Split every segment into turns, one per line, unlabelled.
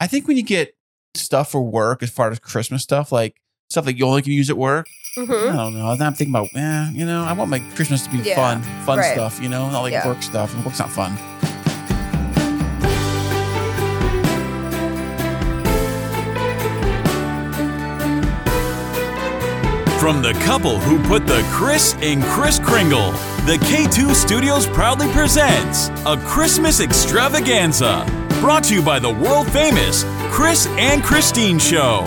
I think when you get stuff for work, as far as Christmas stuff, like stuff that you only can use at work, I
Mm-hmm.
don't know. I'm thinking about, eh, you know, I want my Christmas to be
Yeah,
fun, fun
right.
stuff, you know, not like
Yeah.
work stuff. And work's not fun.
From the couple who put the Chris in Chris Kringle, the K2 Studios proudly presents a Christmas extravaganza brought to you by the world famous Chris and Christine Show.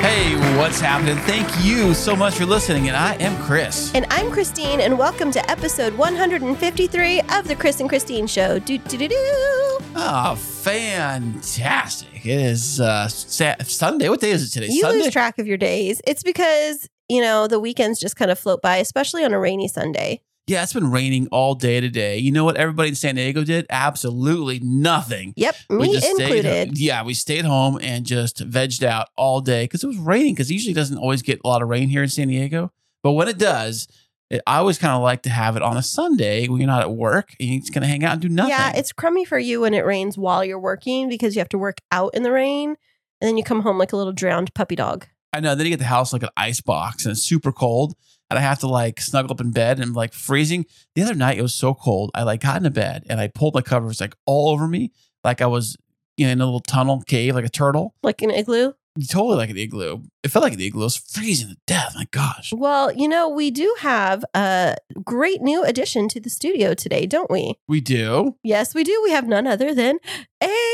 Hey, what's happening? Thank you so much for listening. And I am Chris.
And I'm Christine, and welcome to episode 153 of the Chris and Christine Show. Do do do do.
Oh, fantastic. It is uh, Sa- Sunday. What day is it today?
You
Sunday?
lose track of your days. It's because you know the weekends just kind of float by, especially on a rainy Sunday.
yeah, it's been raining all day today. You know what everybody in San Diego did? Absolutely nothing.
Yep,
We
me
just Stayed,
included.
yeah, we stayed home and just vegged out all day because it was raining. Because it usually doesn't always get a lot of rain here in San Diego, but when it does, it, I always kind of like to have it on a Sunday when you're not at work and you're just gonna hang out and do nothing.
Yeah, it's crummy for you when it rains while you're working because you have to work out in the rain, and then you come home like a little drowned puppy dog.
I know. Then you get the house like an ice box and it's super cold, and I have to like snuggle up in bed and I'm like freezing. The other night it was so cold, I like got into bed and I pulled my covers like all over me, like I was you know, in a little tunnel cave like a turtle.
Like an igloo?
Totally like an igloo. It felt like an igloo. It was freezing to death. My gosh.
Well, you know, we do have a great new addition to the studio today, don't we?
We do.
Yes, we do. We have none other than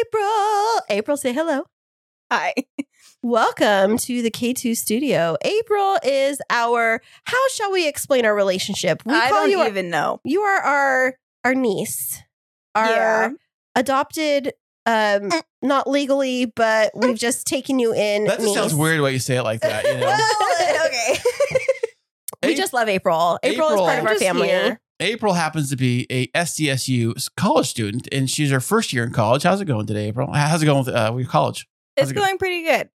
April. April, say hello.
Hi.
Welcome to the K2 studio. April is our, how shall we explain our relationship? We
I don't
you, our-
even know.
you are our, our niece, our
Yeah. Uh.
adopted, um, not legally, but we've just taken you in.
That just
niece.
sounds weird when you say it like that. You know?
Well, okay.
We
Ap-
just love April. April, is
April-
part of our
Just
family.
here.
April happens to be a SDSU s- college student, and she's her first year in college. How's it going today, April? How's it going with, uh, with your college? How's
It's
it going?
going pretty good. It's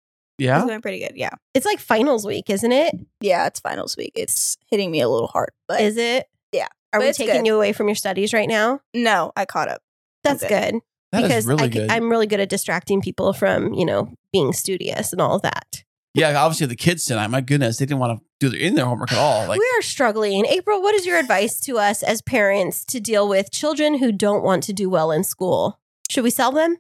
Yeah,
going pretty good. Yeah.
It's like finals week, isn't it?
Yeah, it's finals week. It's hitting me a little hard, but
Is it?
Yeah,
Are
but
we
it's
taking
good.
you away from your studies right now?
no, I caught up.
That's
good.
good.
that is really
I,
good.
am really good at distracting people from, you know, being studious and all of that.
yeah, obviously the kids tonight. My goodness, they didn't want to do their in their homework at all. Like,
we are struggling. April, what is your advice to us as parents to deal with children who don't want to do well in school? Should we sell them?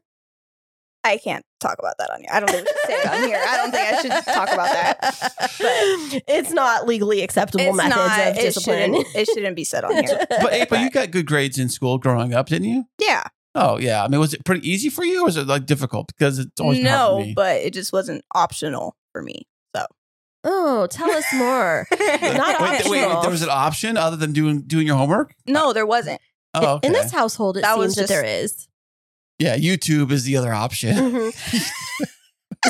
I can't talk about that on here. I don't think we should say it on here. I don't think I should talk about that.
it's not legally acceptable methods of
it
discipline.
Shouldn't, it shouldn't be said on here.
but April, you got good grades in school growing up, didn't you?
Yeah.
Oh yeah. I mean, was it pretty easy for you, or was it like difficult? Because it's always been hard for
No,
me.
but it just wasn't optional for me.
oh, tell us more. Not
wait, th- wait, wait,
optional.
there was an option other than doing doing your homework.
no, there wasn't.
Oh, okay.
In this household, it
That
seems
was
that
just-
there is.
yeah, YouTube is the other option.
Mhm.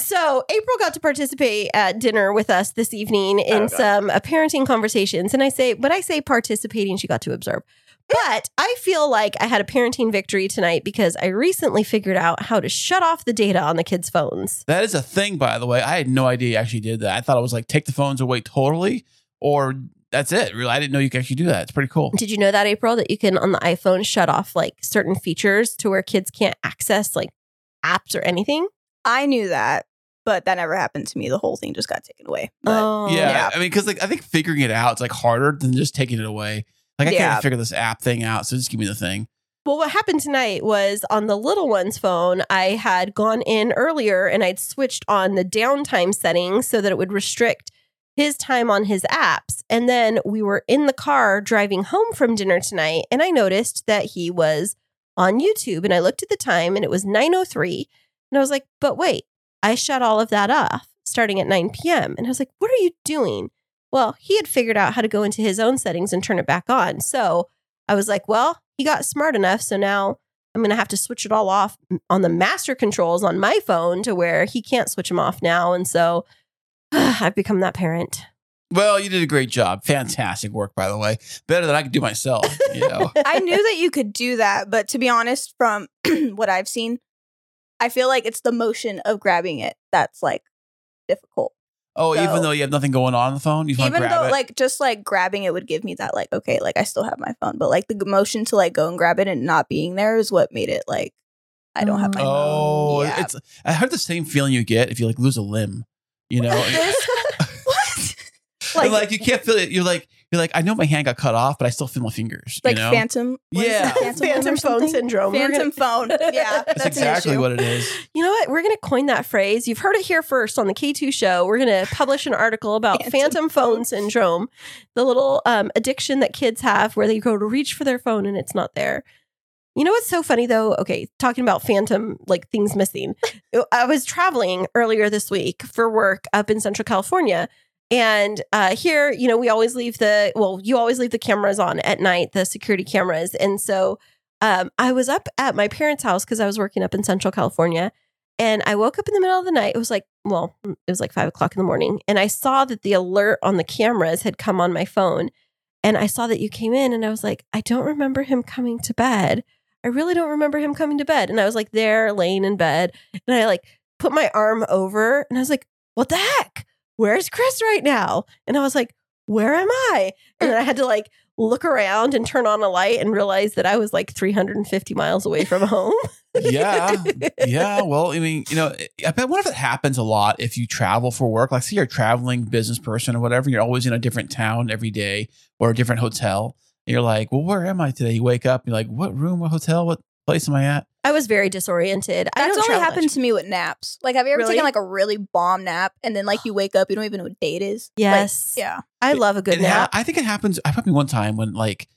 so April got to participate at dinner with us this evening in
Oh, God.
some uh, parenting conversations, and I say when I say participating, she got to observe. But I feel like I had a parenting victory tonight because I recently figured out how to shut off the data on the kids' phones.
That is a thing, by the way. I had no idea you actually did that. I thought it was like take the phones away totally, or that's it. Really, I didn't know you could actually do that. It's pretty cool.
Did you know that April that you can on the iPhone shut off like certain features to where kids can't access like apps or anything?
I knew that, but that never happened to me. The whole thing just got taken away. But
oh,
yeah,
yeah.
I mean, because like I think figuring it out is like harder than just taking it away. Like I can't
Yeah.
even figure this app thing out, so just give me the thing.
Well, what happened tonight was on the little one's phone, I had gone in earlier and I'd switched on the downtime settings so that it would restrict his time on his apps. And then we were in the car driving home from dinner tonight and I noticed that he was on YouTube and I looked at the time and it was 9:03 and I was like, "But wait, I shut all of that off starting at 9 p.m." And I was like, "What are you doing?" Well, he had figured out how to go into his own settings and turn it back on. So, I was like, well, he got smart enough. So now I'm going to have to switch it all off on the master controls on my phone to where he can't switch them off now. And so I've become that parent.
Well, you did a great job. Fantastic work, by the way. Better than I could do myself. You know,
I knew that you could do that, but to be honest, from what I've seen, I feel like it's the motion of grabbing it that's like difficult.
Oh, even
So-
though you have nothing going on on the phone, you just want to
Even
grab
though,
it.
like, just like grabbing it would give me that, like, okay, like I still have my phone, but like the motion to like go and grab it and not being there is what made it like I don't have my
oh,
phone. Yeah.
it's I heard the same feeling you get if you like lose a limb. You know,
This- what?
like, like you can't feel it. You're like you're like I know my hand got cut off, but I still feel my fingers.
like
you know,
phantom. what is it,
Yeah.
phantom, limb or
Phantom phone
something?
syndrome. We're
Phantom phone. Yeah,
That's
that's,
that's exactly
an issue.
what it is.
You know what? We're going to coin that phrase. You've heard it here first on the K2 show. We're going to publish an article about phantom,
Phantom
phone syndrome, the little um, addiction that kids have where they go to reach for their phone and it's not there. You know what's so funny though? Okay, talking about phantom, like things missing. Uh, I was traveling earlier this week for work up in Central California. And uh, here, you know, we always leave the, well, you always leave the cameras on at night, the security cameras. And so um, I was up at my parents' house because I was working up in Central California. And I woke up in the middle of the night. It was like, well, it was like five o'clock in the morning. And I saw that the alert on the cameras had come on my phone. And I saw that you came in and I was like, I don't remember him coming to bed. I really don't remember him coming to bed. And I was like there laying in bed. And I like put my arm over and I was like, what the heck? Where's Chris right now? And I was like, where am I? And then I had to like look around and turn on a light and realize that I was like 350 miles away from home.
yeah. Yeah. Well, I mean, you know, I bet what if it happens a lot if you travel for work? Like, say you're a traveling business person or whatever, you're always in a different town every day or a different hotel. And you're like, well, where am I today? You wake up, you're like, what room, what hotel, what place am I at?
I was very disoriented. I
That's
don't
only
travel
happened
much.
to me with naps. Like, have you ever
Really?
taken like a really bomb nap and then like you wake up, you don't even know what date is? Like,
Yes.
yeah.
I love a good
It ha-
nap.
I think it happens. I probably one time when like,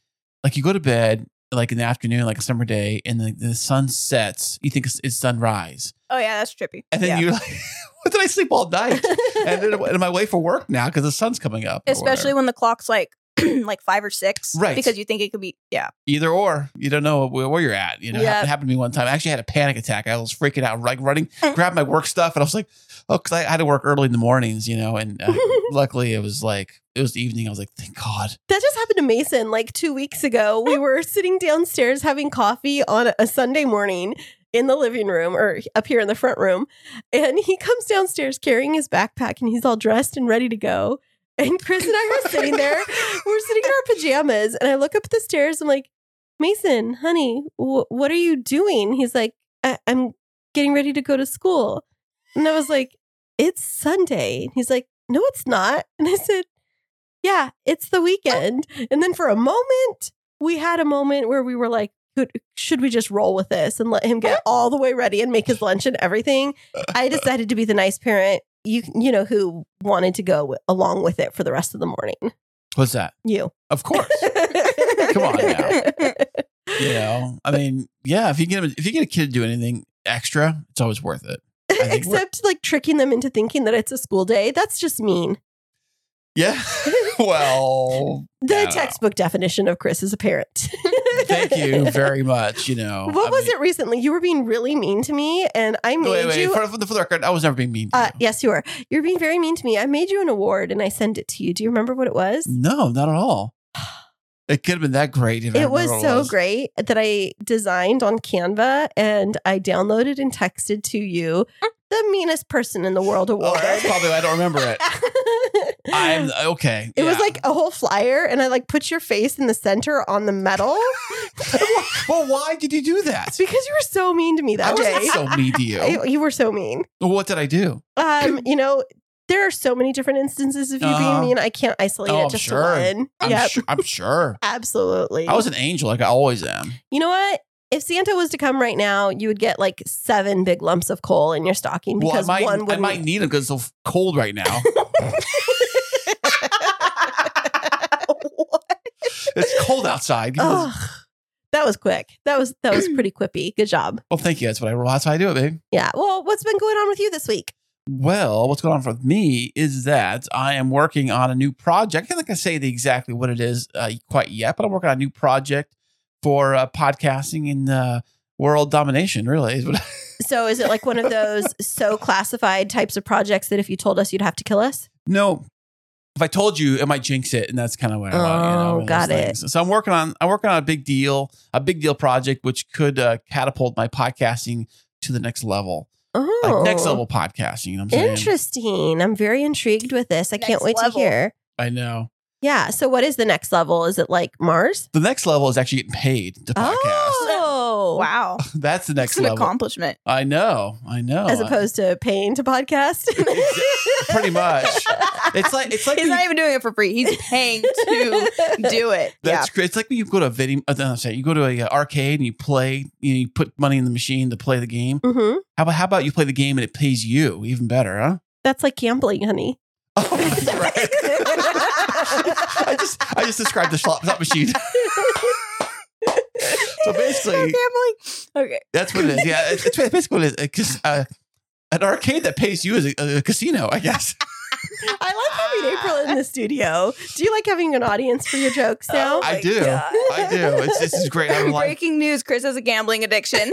like you go to bed like in the afternoon, like a summer day, and the, the sun sets. You think it's, it's sunrise,
Oh yeah, that's trippy.
and then
Yeah.
you're like, what did I sleep all night? and then and am I away for work now because the sun's coming up? or whatever.
especially when the clock's like like five or six,
Right.
Because you think it could be yeah.
either or. You don't know where, where you're at. You know,
Yeah.
it happened to me one time. I actually had a panic attack. I was freaking out, like running,
Eh.
grabbed my work stuff, and I was like, oh, because I had to work early in the mornings, you know. And uh, luckily, it was like it was the evening. I was like, thank God.
that just happened to Mason like two weeks ago.
Oh.
We were sitting downstairs having coffee on a Sunday morning in the living room or up here in the front room. And he comes downstairs carrying his backpack and he's all dressed and ready to go. And Chris and I were sitting there, we're sitting in our pajamas. And I look up the stairs. I'm like, Mason, honey, wh- what are you doing? He's like, I- I'm getting ready to go to school. And I was like, it's Sunday. And he's like, no, it's not. And I said, yeah, it's the weekend. And then for a moment, we had a moment where we were like, "Could- should we just roll with this and let him get all the way ready and make his lunch and everything? I decided to be the nice parent, you you know, who wanted to go wi- along with it for the rest of the morning.
What's that?
You.
Of course.
Come
on now. you know, I mean, yeah. If you get 'em- if you get a kid to do anything extra, it's always worth it. I think we're-
Except like tricking them into thinking that it's a school day. That's just mean.
yeah. well,
The
I don't know.
textbook definition of Chris as a parent.
Thank you very much. You know,
What
I
was
mean-
it recently? You were being really mean to me, and I made
Wait, wait.
you.
For, for the for the record, I was never being mean. To
uh,
you.
yes, you were. You're being very mean to me. I made you an award, and I sent it to you. Do you remember what it was?
No, not at all. It could have been that great. If I
It was
remember what
so great that I designed on Canva and I downloaded and texted to you the meanest person in the world
Mm. Oh,
award.
that's probably why I don't remember it. I'm okay.
It was
yeah.
like a whole flyer, and I like put your face in the center on the medal
well, why did you do that?
because you were so mean to me
I
that
was
day.
so mean to you.
I- you were so mean.
what did I do?
um, you know, there are so many different instances of you being
Uh-huh.
mean. I can't isolate
Oh,
it
I'm
just
sure.
to one.
I'm,
yep,
sure, I'm sure.
absolutely.
I was an angel, like I always am.
you know what? If Santa was to come right now, you would get like seven big lumps of coal in your stocking
Well, I
because
might,
one
I
would
might need them because it's so cold right now. it's cold outside. You know,
that was quick. That was that was pretty quippy. Good job.
well, thank you. That's what I. That's how I do it, babe.
Yeah. Well, what's been going on with you this week?
Well, what's going on with me is that I am working on a new project. I can't like I say the exactly what it is uh, quite yet, but I'm working on a new project for uh, podcasting and uh, world domination. Really, is what-
So, is it like one of those so classified types of projects that if you told us, you'd have to kill us?
no. If I told you, it might jinx it, and that's kind of what I want. you know,
Oh,
one of those
got it.
things. So I'm working on I'm working on a big deal, a big deal project, which could uh, catapult my podcasting to the next level.
Oh,
Like next level podcasting. You know what I'm saying?
Interesting. I'm very intrigued with this. I can't
Next
wait
level.
to hear.
I know.
Yeah. So, what is the next level? Is it like Mars?
The next level is actually getting paid to podcast.
Oh,
Wow.
That's the next
It's an
level.
accomplishment.
I know. I know.
As opposed to paying to podcast.
pretty much. It's like it's like
He's
when
not
you-
even doing it for free. He's paying to do it.
that's great. It's like when you go to a video. uh, no, I'm sorry, you go to a uh, arcade and you play. You, know, you put money in the machine to play the game.
hmm
How about how about you play the game and it pays you even better, huh?
That's like gambling, honey.
Oh, right. I just I just described the slot slot machine. So basically-
family. Okay.
That's what it is. Yeah, it's, it's basically what it is. It's just, uh, an arcade that pays you is a, a casino, I guess.
I like having April in the studio. Do you like having an audience for your jokes now?
Oh
I
my
do.
God.
I do. It's this is great. I'm like
Breaking news: Chris has a gambling addiction.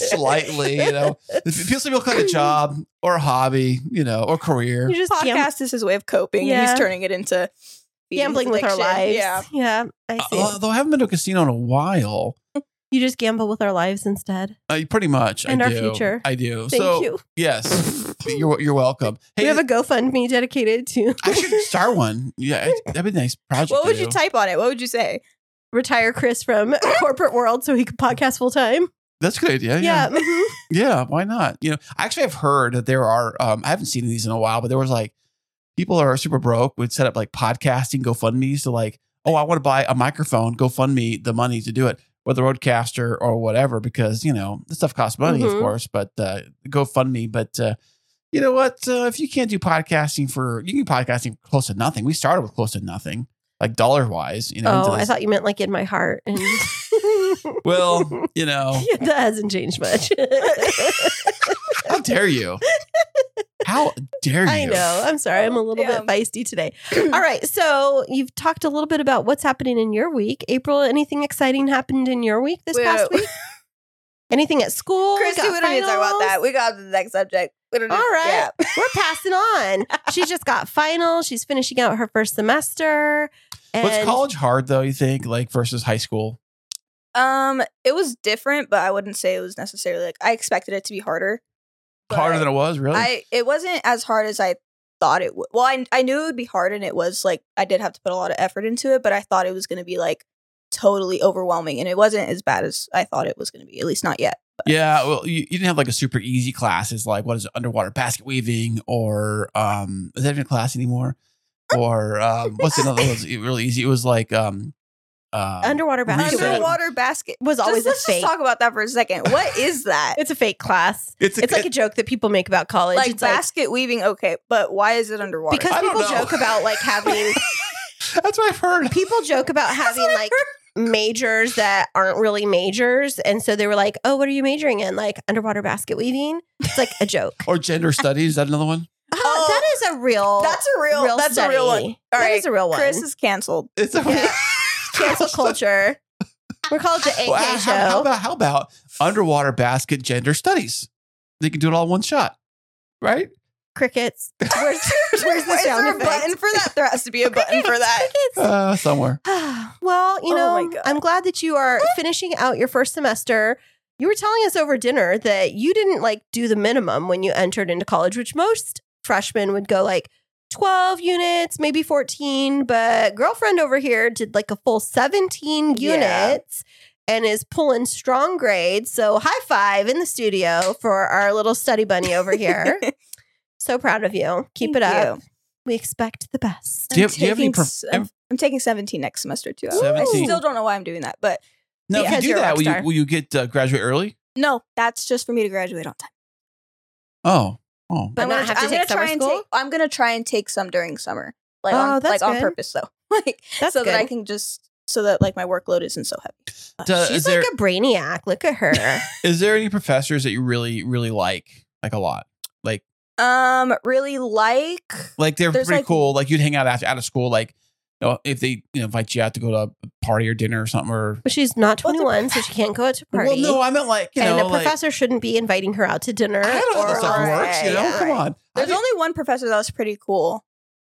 slightly, you know. It feels like kind of job or a hobby, you know, or career.
you just
Podcast
gam-
is his way of coping. and
Yeah.
He's turning it into feeding
gambling
his
with our
addiction.
lives.
Yeah.
Yeah. I see.
Uh, Although I haven't been to a casino in a while.
you just gamble with our lives instead.
Uh, pretty much.
And
I
our
do.
future.
I do.
Thank
so
you.
yes, you're you're welcome.
we
Hey,
have
I
a GoFundMe dedicated to
should start one. Yeah, I- that'd be a nice project.
What
to
would you
do.
type on it? What would you say?
retire Chris from corporate world so he could podcast full time.
That's a good idea. Oh, Yeah.
Yeah. mhm.
Yeah, why not? You know, I actually have heard that there are. Um, I haven't seen these in a while, but there was like people are super broke would set up like podcasting GoFundmes to like, oh, I want to buy a microphone, GoFundMe the money to do it, whether Roadcaster or whatever, because you know this stuff costs money, of
Mhm.
course, but uh, GoFundMe. But uh, you know what? Uh, if you can't do podcasting for, you can do podcasting for close to nothing. We started with close to nothing, like dollar wise. You know, into
oh, I
this.
thought you meant like in my heart. And
well, you know,
Yeah, that hasn't changed much.
how dare you? How dare you?
I know. I'm sorry. I'm a little
Yeah.
bit feisty today. All right. So you've talked a little bit about what's happening in your week. April, anything exciting happened in your week this
Wait,
past
wait.
week? Anything at school? We
Christy,
got
we don't need to talk about
finals?
that. We got to the next subject. We don't need-
All right.
Yeah.
We're passing on. She just got finals. She's finishing out her first semester. And
Was college hard though? You think like versus high school?
Um, it was different, but I wouldn't say it was necessarily like I expected it to be harder. but
Harder than it was, really?
I. It wasn't as hard as I thought it would. Well, I I knew it would be hard, and it was like I did have to put a lot of effort into it, but I thought it was going to be like totally overwhelming, and it wasn't as bad as I thought it was going to be. At least not yet.
yeah. Well, you, you didn't have like a super easy class. It's like what is it, underwater basket weaving or um is that even a class anymore? Or um what's another one that was really easy? It was like um uh
underwater basketball
Reset.
Underwater basket
was always
Just-
a
let's
fake.
just talk about that for a second. What is that?
it's a fake class.
it's,
It's like a joke that people make about college.
like
it's
basket weaving, okay, but why is it underwater?
because
I don't
people
know.
joke about like having
that's what I've heard.
people joke about having like majors that aren't really majors, and so they were like, "Oh, what are you majoring in?" Like underwater basket weaving. It's like a joke.
Or gender studies, is that another one?
Huh,
Oh,
that is a real.
that's a real, that's a real one.
study.
All
That
right,
is a real one.
Chris is canceled.
It's a
Yeah. cancel culture. We're called the AK
Well, how,
show.
how about how about underwater basket gender studies? They can do it all in one shot. Right?
Crickets. Where's, where's the
Is
sound
there a
effect?
button for that? There has to be a button for that.
Crickets.
Uh somewhere.
well, you
Oh my
know,
God.
I'm glad that you are finishing out your first semester. You were telling us over dinner that you didn't like do the minimum when you entered into college, which most freshmen would go like 12 units, maybe 14. But girlfriend over here did like a full 17
Yeah.
units and is pulling strong grades. So high five in the studio for our little study bunny over here. so proud of you. Keep it
Thank
up.
you.
We expect the best.
Do you have- do you have any
Taking
prof-
s- I'm, I'm taking 17 next semester too. I- I
17.
still don't know why I'm doing that, but
Now, if
Because
you
you're
do
a
that,
rock
will you,
star.
will you get uh, graduate early?
no, that's just for me to graduate on time.
Oh, oh,
But
I'm
not
gonna,
have to
I'm
take
gonna
summer
try and
school?
take. I'm gonna try and take some during summer, like
Oh,
on,
that's
like on
good.
purpose though, like
That's
so that I
good.
can just so that like my workload isn't so heavy.
Duh.
She's
is there-
like a brainiac. Look at her.
Is there any professors that you really, really like, like a lot?
Um, really like
Like they're
There's,
pretty
like-
cool. Like you'd hang out after out of school. Like, you know, if they you know, invite you out to go to a party or dinner or something, or
But she's not
Well, the
21, so she can't go out to a party.
well, no, I meant like you
and
know,
a
like,
professor shouldn't be inviting her out to dinner.
I don't know how
or-
that stuff
Right,
works. You know,
yeah,
come
right.
on. I
There's
mean,
only one professor that was pretty cool,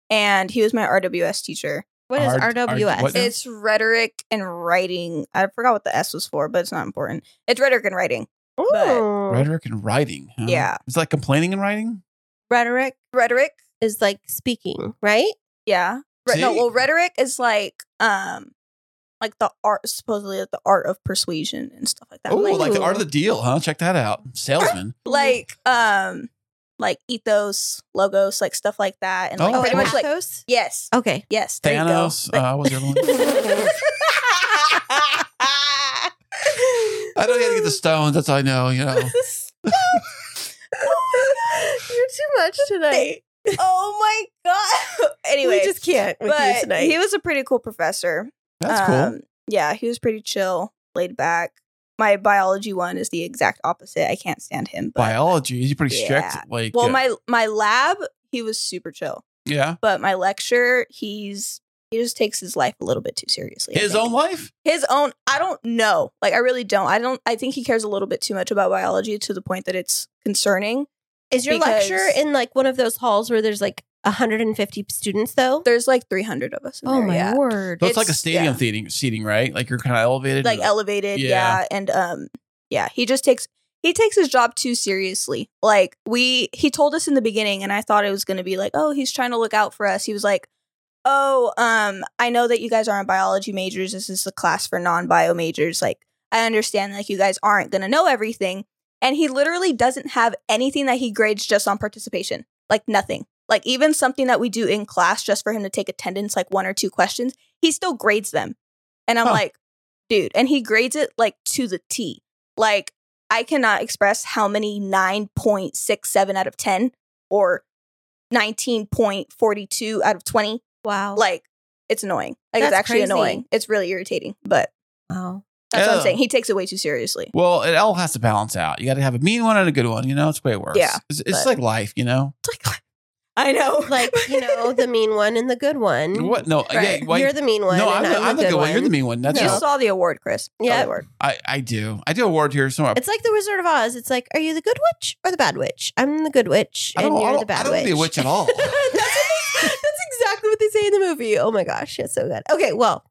and he was my RWS teacher.
What is
Hard-
RWS?
hard- what- Yeah.
It's rhetoric and writing. I forgot what the S was for, but it's not important. It's rhetoric and writing. But-
Ooh.
Rhetoric and writing. huh?
Yeah.
Is that complaining and writing?
Rhetoric
Rhetoric,
is like speaking, right?
yeah. Re- no,
See?
well, rhetoric is like um, like the art supposedly like the art of persuasion and stuff like that.
Oh,
like,
like the art of the deal, huh? Check that out. Salesman.
like um, like ethos, logos, like stuff like that, and like
Oh,
pretty
cool.
much like
Athos?
yes,
Okay. Oh
yes, there you go.
Thanos. Uh, what was the other one? I don't even get the stones. That's all I know. You know.
You're too much tonight.
uh
oh my god. anyway,
we just can't with you
but
tonight.
he was a pretty cool professor.
That's cool.
Um, Yeah, he was pretty chill, laid back. My biology one is the exact opposite. I can't stand him. But,
Biology. He's pretty strict.
yeah.
Like.
Well,
uh,
my my lab, he was super chill,
yeah.
but my lecture, he's he just takes his life a little bit too seriously. I
His
think.
own life.
his own. I don't know. Like I really don't. I don't. I think he cares a little bit too much about biology to the point that it's concerning.
is your
because-
lecture in like one of those halls where there's like 150 students though?
There's like 300 of us. In
Oh
there,
my
yeah.
word.
So it's, like a
It's-
stadium
yeah.
seating, seating, right? Like you're kind of elevated.
like
You're
elevated
Yeah.
yeah. and um yeah he just takes he takes his job too seriously like we he told us in the beginning and i thought it was going to be like oh he's trying to look out for us he was like oh um i know that you guys aren't biology majors this is a class for non-bio majors like i understand like you guys aren't going to know everything and he literally doesn't have anything that he grades just on participation like nothing like even something that we do in class just for him to take attendance like one or two questions he still grades them and i'm
Huh.
like dude and he grades it like to the t like i cannot express how many 9.67 out of 10 or 19.42 out of 20
wow.
like it's annoying like
That's
it's actually
crazy.
annoying it's really irritating but
wow.
that's what
Oh.
i'm saying he takes it way too seriously
Well, it all has to balance out. You got to have a mean one and a good one. You know, it's the way it works.
Yeah,
it's, it's
but-
like life. You know,
i know
Like, you know, the mean one and the good one.
what? No,
Right.
yeah, why-
Mm-hmm. You're the mean one.
no, I'm,
and
the, I'm the good one. You're the mean one. That's
you
how-
saw the award chris Saw the
Yeah.
award.
I, I do. I do a word here somewhere.
It's like the Wizard of Oz. It's like, are you the good witch or the bad witch? I'm the good witch,
I don't,
and
I
you're
don't,
the bad
I don't wanna be a witch at all.
that's, what they- that's exactly what they say in the movie. Oh my gosh, it's so good. Okay, well,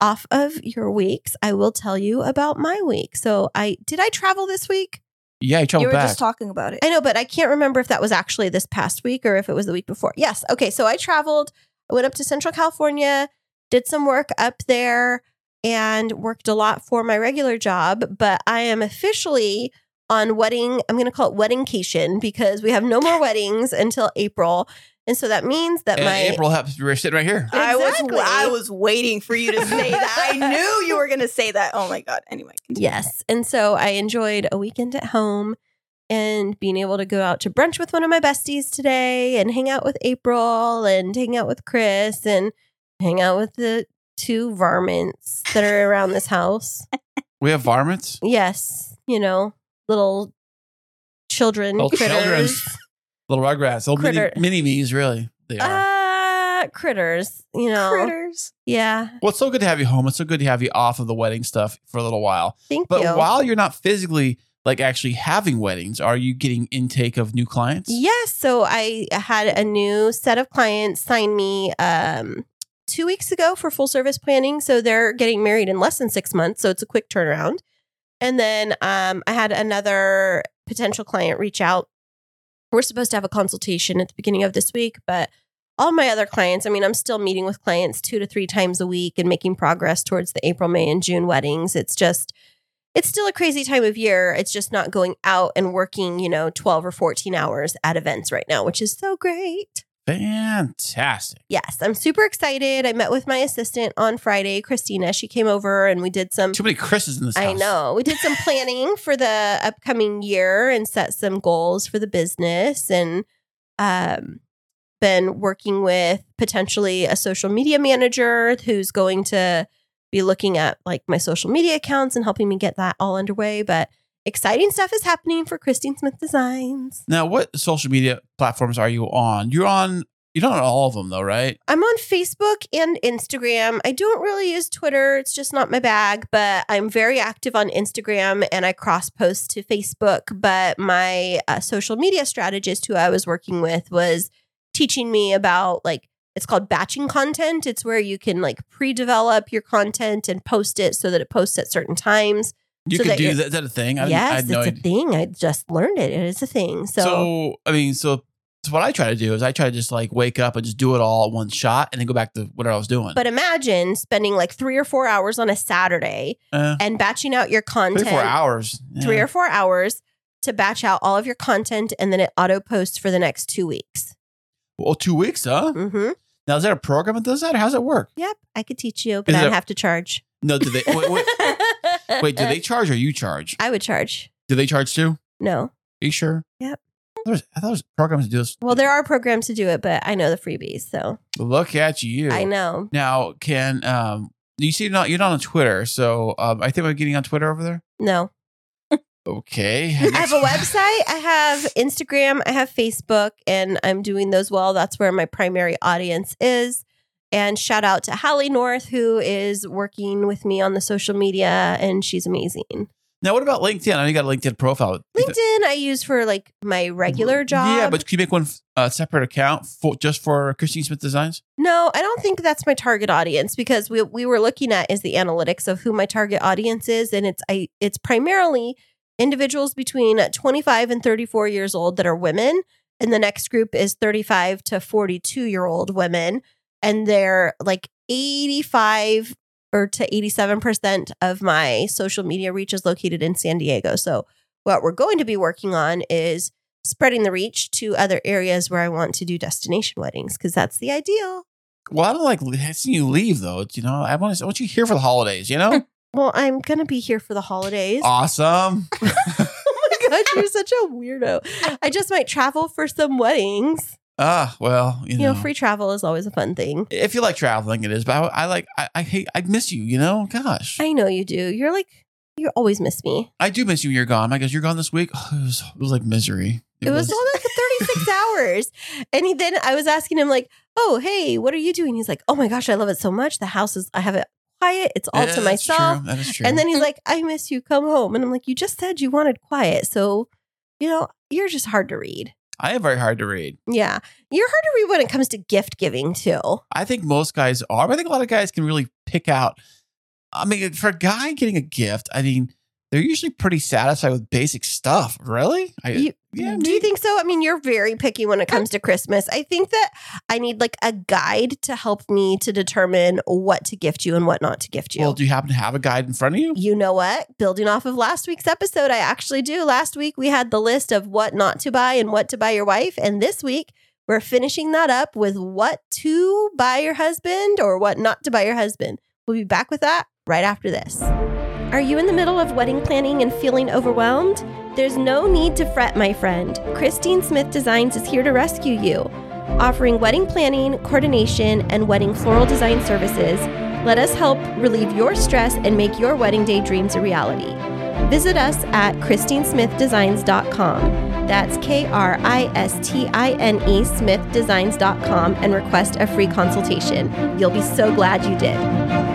off of your weeks, I will tell you about my week. So I did I travel this week?
yeah, you
you
travel
were
back.
just talking about it
I know, but I can't remember if that was actually this past week or if it was the week before. Yes. Okay. So I traveled. I went up to Central California, did some work up there, and worked a lot for my regular job. But I am officially on wedding. I'm going to call it weddingcation because we have no more weddings until April, and so that means that
and
my
April happens. We're sitting right here.
Exactly.
was waiting for you knew you were going to say that. Oh my god. Anyway, continue.
Yes. And so I enjoyed a weekend at home and being able to go out to brunch with one of my besties today and hang out with April and hang out with Chris and hang out with the two varmints that are around this house.
We have varmints.
Mm-hmm. Yes. You know, little children,
Little
critters.
children. Little rugrats. Little mini,
Critter.
mini me's, really. They are.
Uh, critters, you know.
Critters.
Yeah.
well, it's so good to have you home. It's so good to have you off of the wedding stuff for a little while.
Thank
But
you.
while you're not physically like actually having weddings, are you getting intake of new clients?
Yes. So I had a new set of clients sign me um, two weeks ago for full service planning. So they're getting married in less than six months. So it's a quick turnaround. And then um, I had another potential client reach out. We're supposed to have a consultation at the beginning of this week, but all my other clients, I mean, I'm still meeting with clients two to three times a week and making progress towards the April, May, and June weddings. It's just, it's still a crazy time of year. It's just not going out and working, you know, 12 or 14 hours at events right now, which is so great.
Fantastic.
Yes, I'm super excited. I met with my assistant on Friday, Christina. She came over and we did some
Too many Chris's in this
I
house.
know. We did some planning for the upcoming year and set some goals for the business and um been working with potentially a social media manager who's going to be looking at like my social media accounts and helping me get that all underway, but exciting stuff is happening for Christine Smith Designs.
Now, what social media platforms are you on? You're on. You're not on all of them though, right?
I'm on Facebook and Instagram. I don't really use Twitter. It's just not my bag, but I'm very active on Instagram and I cross post to Facebook. But my uh, social media strategist who I was working with was teaching me about like, it's called batching content. It's where you can like pre develop your content and post it so that it posts at certain times
You
So
could
that
do
you're-
that. Is that a thing? I, didn't- I
yes,
had
it's
no
a
idea.
thing. I just learned it. It is a thing. So,
So, I mean, so, so what I try to do is I try to just like wake up and just do it all at one shot and then go back to what I was doing.
but imagine spending like three or four hours on a Saturday
Eh,
and batching out your content.
three or four hours. Yeah.
three or four hours to batch out all of your content and then it auto posts for the next two weeks.
well, Oh, two weeks, huh?
hmm
Now, is there a program that does that? Or how's it work?
Yep, I could teach you, but
Is
I'd
it-
have to charge.
No, do they wait, wait, wait? Do they charge or you charge?
I would charge.
Do they charge too? Are
No.
you sure?
Yep.
There's, I thought there's programs that do this.
Well, there are programs to do it, but I know the freebies, so
Look at you.
I know.
Now, can um, you see? Not you're not on Twitter, so um, I think we're getting on Twitter over there.
No.
Okay.
I have a website, I have Instagram, I have Facebook, and I'm doing those well. That's where my primary audience is. And shout out to Hallie North, who is working with me on the social media, and she's amazing.
Now, what about LinkedIn? I know you got a LinkedIn profile.
LinkedIn I use for like my regular job.
Yeah, but can you make one uh, separate account for just for Christine Smith Designs?
no, I don't think that's my target audience because we we were looking at is the analytics of who my target audience is, and it's I it's primarily individuals between 25 and 34 years old that are women, and the next group is 35 to 42 year old women, and they're like 85 or to 87% of my social media reach is located in San Diego. So what we're going to be working on is spreading the reach to other areas where I want to do destination weddings because that's the ideal.
Well, I don't like li- seeing you leave though. It's, you know, I want to. I want you here for the holidays. You know,
Well, I'm going to be here for the holidays.
awesome.
oh my God, you're such a weirdo. I just might travel for some weddings.
Ah, well, you,
You
know,
know, free travel is always a fun thing.
if you like traveling, it is. But I, I like. I, I hate. I miss you. You know, gosh, I,
I know you do. You're like, you always miss me.
do miss you. when You're gone. I guess you're gone this week. it, was, it was like misery.
It, was, all like 36 hours. And he then I was asking him, like, oh, hey, what are you doing? He's like, oh my gosh, I love it so much. The house is, I have it quiet. It's all
Yeah,
to
that's
myself.
True. That is true.
And then he's like, I miss you. Come home. And I'm like, you just said you wanted quiet. So, you know, you're just hard to read.
I am very hard to read.
Yeah. You're hard to read when it comes to gift giving, too.
I think most guys are. But I think a lot of guys can really pick out. I mean, for a guy getting a gift, I mean, they're usually pretty satisfied with basic stuff. Really? I,
You-
yeah.
Do you
maybe.
think so? I mean, you're very picky when it comes to Christmas. I think that I need like a guide to help me to determine what to gift you and what not to gift you.
Well, do you happen to have a guide in front of you?
you know what? Building off of last week's episode, I actually do. Last week, we had the list of what not to buy and what to buy your wife. And this week, we're finishing that up with what to buy your husband or what not to buy your husband. We'll be back with that right after this. Are you in the middle of wedding planning and feeling overwhelmed? There's no need to fret, my friend. Christine Smith Designs is here to rescue you. Offering wedding planning, coordination, and wedding floral design services, let us help relieve your stress and make your wedding day dreams a reality. Visit us at christinesmithdesigns.com. That's K R I S T I N E smithdesigns.com and request a free consultation. You'll be so glad you did.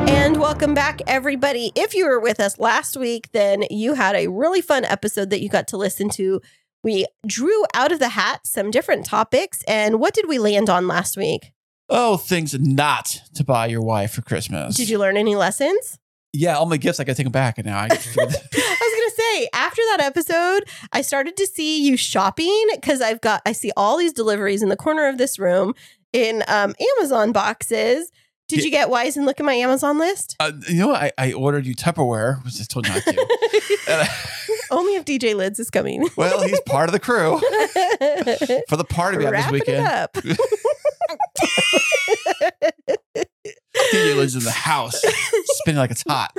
And welcome back, everybody. If you were with us last week, then you had a really fun episode that you got to listen to. We drew out of the hat some different topics. And what did we land on last week?
Oh, things not to buy your wife for Christmas.
Did you learn any lessons?
Yeah, all my gifts I gotta take them back, and now I.
I was gonna say after that episode, I started to see you shopping because I've got I see all these deliveries in the corner of this room in um, Amazon boxes. Did
Yeah.
you get wise and look at my Amazon list?
uh, you know, what? I, I ordered you Tupperware, which I told you not to. And I-
Only if DJ Lids is coming.
well, he's part of the crew for the party we have this
Wrap it
weekend.
up.
He lives in the house, spinning like it's hot.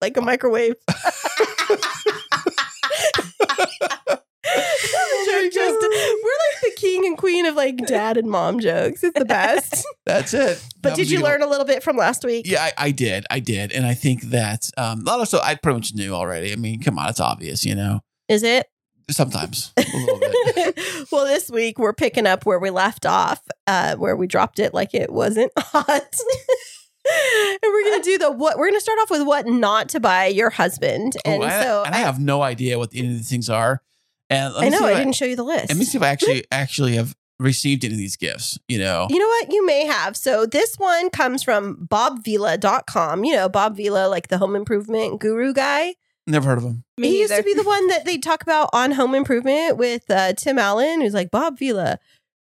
like a microwave. They're just- we're like the king and queen of like dad and mom jokes. It's the best.
That's it. That
But
was
did you
gonna-
learn a little bit from last week?
Yeah, I, I did. I did, and I think that um, a lot of stuff I pretty much knew already. I mean, come on, it's obvious, you know.
Is it?
Sometimes a little bit. Oh,
well, this week we're picking up where we left off, uh, where we dropped it like it wasn't hot. and we're gonna do the what we're gonna start off with what not to buy your husband.
Oh,
And
I,
so
and I, have no idea what any of these things are. And let
I
me
know
see
I
if
didn't show you the list.
Let me see if I actually actually have received any of these gifts, you know.
You know what? You may have. So this one comes from bobvila.com. You know, Bob Vila, like the home improvement guru guy.
Never heard of them.
Me
he used
neither.
to be the one that they talk about on home improvement with uh, Tim Allen, who's like Bob Vila.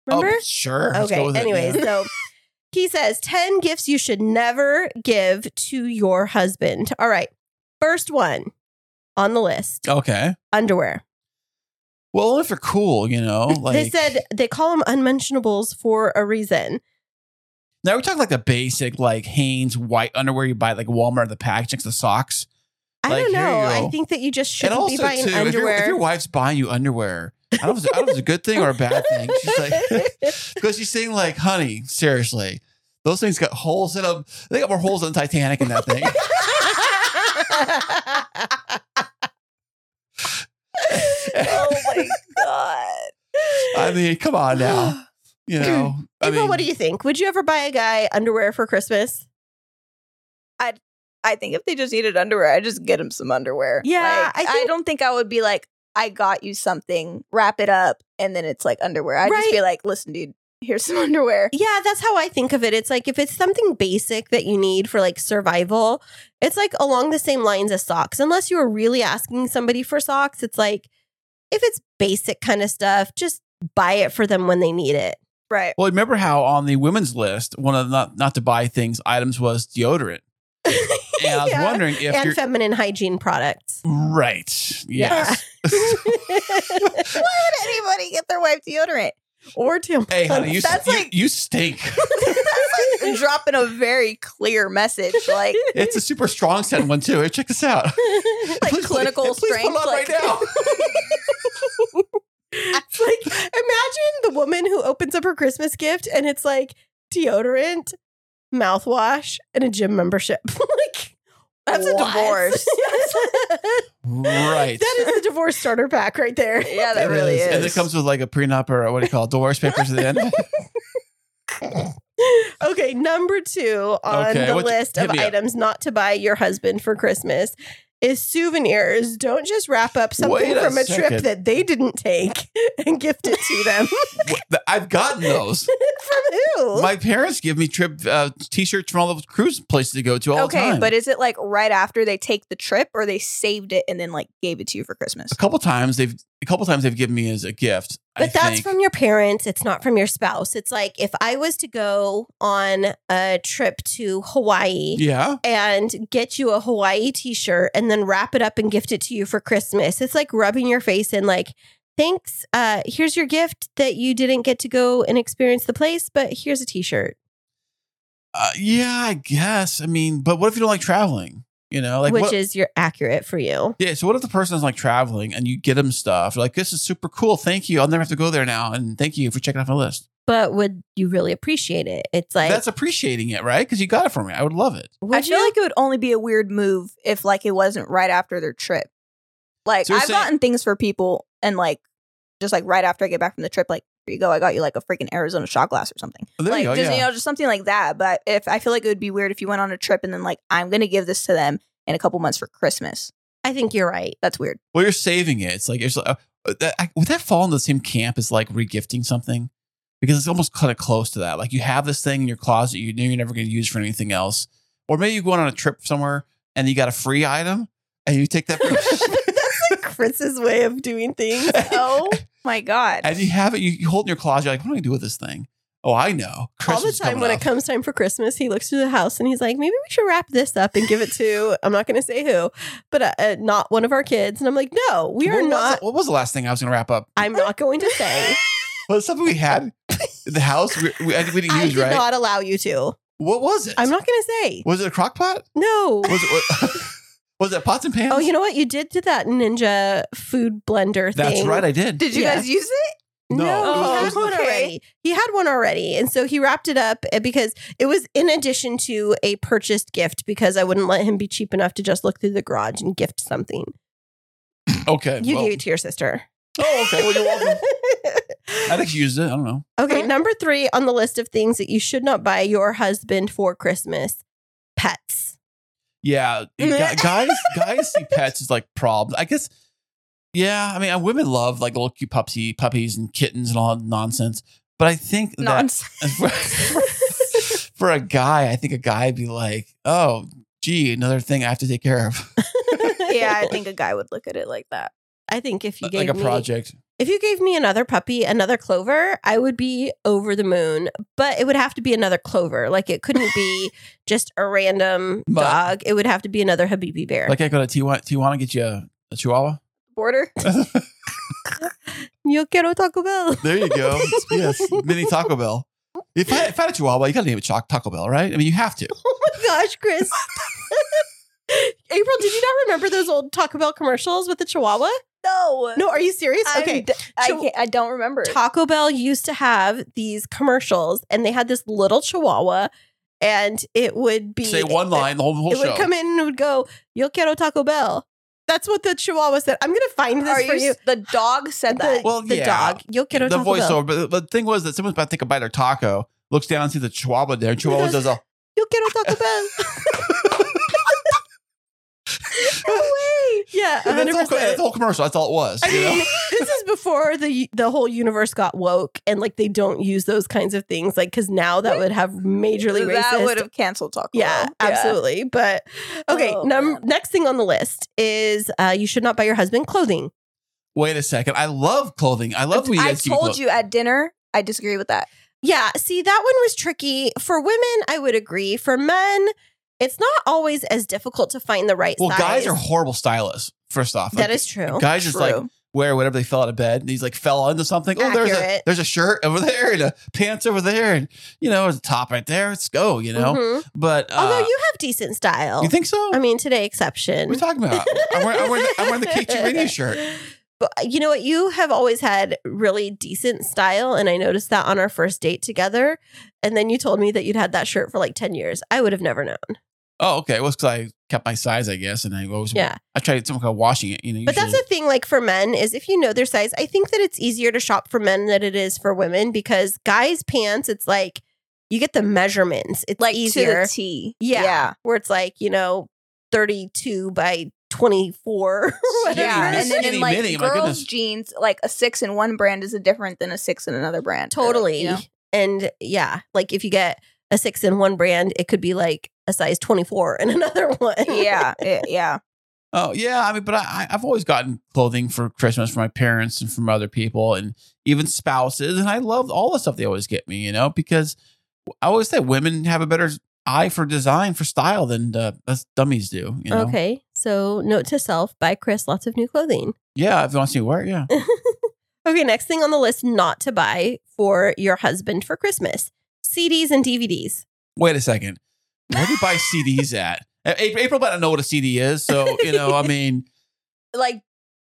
Remember?
Oh, sure. Let's go
okay.
with it,
Anyways,
yeah.
so he says 10 gifts you should never give to your husband. All right. First one on the list
Okay.
underwear.
Well, only if you're cool, you know. Like
they said they call them unmentionables for a reason.
now we talk like the basic like Hanes white underwear you buy at, like Walmart the package next to socks.
I
Like,
don't
here
know.
you go.
I think that you just shouldn't be buying
if, your,
underwear.
if your wife's buying you underwear, I don't know if it's, I don't know if it's a good thing or a bad thing. She's like, because she's saying like, honey, seriously, those things got holes in them. They got more holes than Titanic in that thing.
oh my god.
I mean, come on now, you know. I
April,
mean,
what do you think? Would you ever buy a guy underwear for Christmas?
I think if they just needed underwear, I'd just get him some underwear.
Yeah, I
Like,
think-
I don't think I would be like, I got you something, wrap it up, and then it's like underwear. I'd
Right.
just be like, listen, dude, here's some underwear.
Yeah, that's how I think of it. It's like if it's something basic that you need for like survival, it's like along the same lines as socks. Unless you are really asking somebody for socks, it's like if it's basic kind of stuff, just buy it for them when they need it.
Right.
Well, remember how on the women's list, one of the not not to buy things items was deodorant, and I was
Yeah.
wondering if
and
you're
feminine hygiene products.
right. Yes.
Why would anybody get their wife deodorant?
or tampons.
Hey, honey, you,
That's
you,
like-
you stink.
That's like dropping a very clear message, like
It's a super strong scent one too. Hey, check this out.
like
Please-
clinical
please
strength.
Hold on
like,
right now.
It's like imagine the woman who opens up her Christmas gift and it's like deodorant, mouthwash, and a gym membership. like
That's a
what?
divorce.
Right.
That is the divorce starter pack right there.
yeah, that
It
really is.
And it comes with like a prenup or uh, what do you call it, divorce papers at the end.
Okay, number two on
Okay,
the
what-
list
hit
of
me up.
items not to buy your husband for Christmas is souvenirs. Don't just wrap up something
Wait a
from a trip
second.
that they didn't take and gift it to them.
I've gotten those.
from who?
My parents give me trip uh, t-shirts from all the cruise places to go to all the
okay,
time.
but is it like right after they take the trip, or they saved it and then like gave it to you for Christmas?
a couple times they've a couple times they've given me as a gift. I
But that's
think.
from your parents. It's not from your spouse. It's like if I was to go on a trip to Hawaii
yeah.
and get you a Hawaii t shirt and then wrap it up and gift it to you for Christmas, it's like rubbing your face in, like, thanks. Uh, here's your gift that you didn't get to go and experience the place, but here's a t shirt.
Uh, yeah, I guess. I mean, but what if you don't like traveling? You know, like
which
what,
is your accurate for you.
yeah. So what if the person doesn't like traveling and you get them stuff like this is super cool. Thank you. I'll never have to go there now. And thank you for checking off my list.
But would you really appreciate it? It's like
that's appreciating it, right? Because you got it for me. I would love it.
would
I feel
you?
like it would only be a weird move if like it wasn't right after their trip. Like
So you're
I've
saying-
gotten things for people and like just like right after I get back from the trip, like here you go, I got you like a freaking Arizona shot glass or something.
Oh, There
like
you go.
just
yeah.
you know, just something like that. But if I feel like it would be weird if you went on a trip and then like I'm gonna give this to them in a couple months for Christmas.
I think you're right.
That's weird.
Well, you're saving it. It's like it's like, uh, that, I, would that fall in the same camp as like regifting something? Because it's almost kind of close to that. Like you have this thing in your closet you knew you're never going to use for anything else, or maybe you're going on a trip somewhere and you got a free item and you take that, free-
That's like Chris's way of doing things.
Oh my god.
and you have it. You, you hold it in your closet. You're like, what am I going to do with this thing? Oh, I know.
all
Christmas
the
is
time
coming
when
up.
it comes time for Christmas, he looks through the house and he's like, maybe we should wrap this up and give it to, I'm not going to say who, but uh, uh, not one of our kids. And I'm like, no, we
What
are
was
not.
the- what was the last thing I was going to wrap up?
I'm not going to say.
Was it something we had in the house we, we, we didn't
I
use,
did
right?
not allow you to.
what was it?
I'm not going to say.
was it a crock pot?
No.
Was it, was it pots and pans?
Oh, you know what? You did to that ninja food blender
That's
thing.
right, I did.
Did you
Yeah.
guys use it?
No,
Oh,
he
it
had
was-
one
okay.
already. He had one already. And so he wrapped it up uh, because it was in addition to a purchased gift because I wouldn't let him be cheap enough to just look through the garage and gift something.
okay.
You
well-
gave it to your sister.
Oh, okay. Well, you're welcome. I think she used it. I don't know.
okay, number three on the list of things that you should not buy your husband for Christmas pets.
Yeah, you got- guys, guys see pets as like problems. I guess. uh, Yeah, I mean, women love like little cute pupsy puppies and kittens and all that nonsense. But I think
No, I'm
that
s-
for, for a guy, I think a guy would be like, oh, gee, another thing I have to take care of,
yeah, I think a guy would look at it like that.
I think if you gave
like a
me
project.
if you gave me another puppy, another clover, I would be over the moon. But it would have to be another clover. Like it couldn't be just a random
But-
dog. It would have to be another Habibi bear.
Like I go to Tijuana, Tijuana get you a, a chihuahua.
Border.
Yo quiero Taco Bell.
There you go. yes, mini Taco Bell. If I, if I had a chihuahua, you got to name it Choc Taco Bell, right? I mean, you have to.
Oh my gosh, Chris. April, did you not remember those old Taco Bell commercials with the Chihuahua?
No.
No, are you serious?
I'm
okay.
d- I,
so-
can't, I don't remember.
Taco Bell used to have these commercials and they had this little chihuahua and it would be
Say one line, the whole, whole
It
show.
would come in and it would go, Yo quiero Taco Bell. That's what the chihuahua said. I'm gonna find this
Are
for
you,
you.
The dog said
The,
that.
Well,
the
yeah.
dog. Yo quiero
the
Taco Bell.
voiceover. But, but the thing was that someone's about to take a bite of their taco, looks down and sees the chihuahua there, and chihuahua
goes-
does a
Yo quiero Taco Bell. no way. Yeah,
And that's,
100%.
the whole, that's the whole commercial. That's all it was.
I
you know?
mean, this is before the the whole universe got woke and like they don't use those kinds of things like because now that would have majorly racist.
that would have canceled Taco
yeah,
Bell.
absolutely. But okay,
Oh,
num-
man.
next thing on the list is uh, you should not buy your husband clothing.
Wait a second. I love clothing. I love when you
I
guys keep clo-
told you at dinner. I disagree with that.
Yeah, see that one was tricky for women. I would agree. For men, it's not always as difficult to find the right
Well,
size.
guys are horrible stylists. First off,
that
Like,
is true.
guys just like
True.
wear whatever they fell out of bed. And he's like fell into something. Oh, there's a
Accurate.
there's a shirt over there and a pants over there and you know there's a top right there. Let's go. You know.
Mhm.
But uh,
although you have decent style.
you think so?
I mean, today
what
exception.
are we talking about? I'm wearing, I'm wearing the, I'm wearing the K2 radio shirt.
But uh, you know what? You have always had really decent style, and I noticed that on our first date together. And then you told me that you'd had that shirt for like ten years. I would have never known.
Oh, okay. Well, because I kept my size, I guess, and I always
Yeah,
I tried some kind of washing it. You know.
but that's
usually-
the thing. Like for men, is if you know their size, I think that it's easier to shop for men than it is for women because guys' pants, it's like you get the measurements. It's
Like to
easier.
the T.
yeah, where it's like you know thirty-two by twenty-four. or
Skinny
whatever.
Yeah,
mini-
and then
skinny
in like
mini, my
girls'
goodness.
jeans, like a six in one brand is different than a six in another brand.
Totally.
You know?
And yeah, like if you get a six in one brand, it could be like a size 24 in another one.
yeah, it- yeah.
Oh yeah, I mean, but I, I- I've always gotten clothing for Christmas from my parents and from other people, and even spouses, and I love all the stuff they always get me, you know, because I always say women have a better eye for design for style than uh, us dummies do. You know?
Okay. So, note to self buy Chris lots of new clothing.
Yeah, if you want to see where, yeah.
Okay. Next thing on the list not to buy for your husband for Christmas CDs and DVDs.
Wait a second, where do you buy CDs at? A- April, April might not know what a CD is, so you know, I mean,
Like,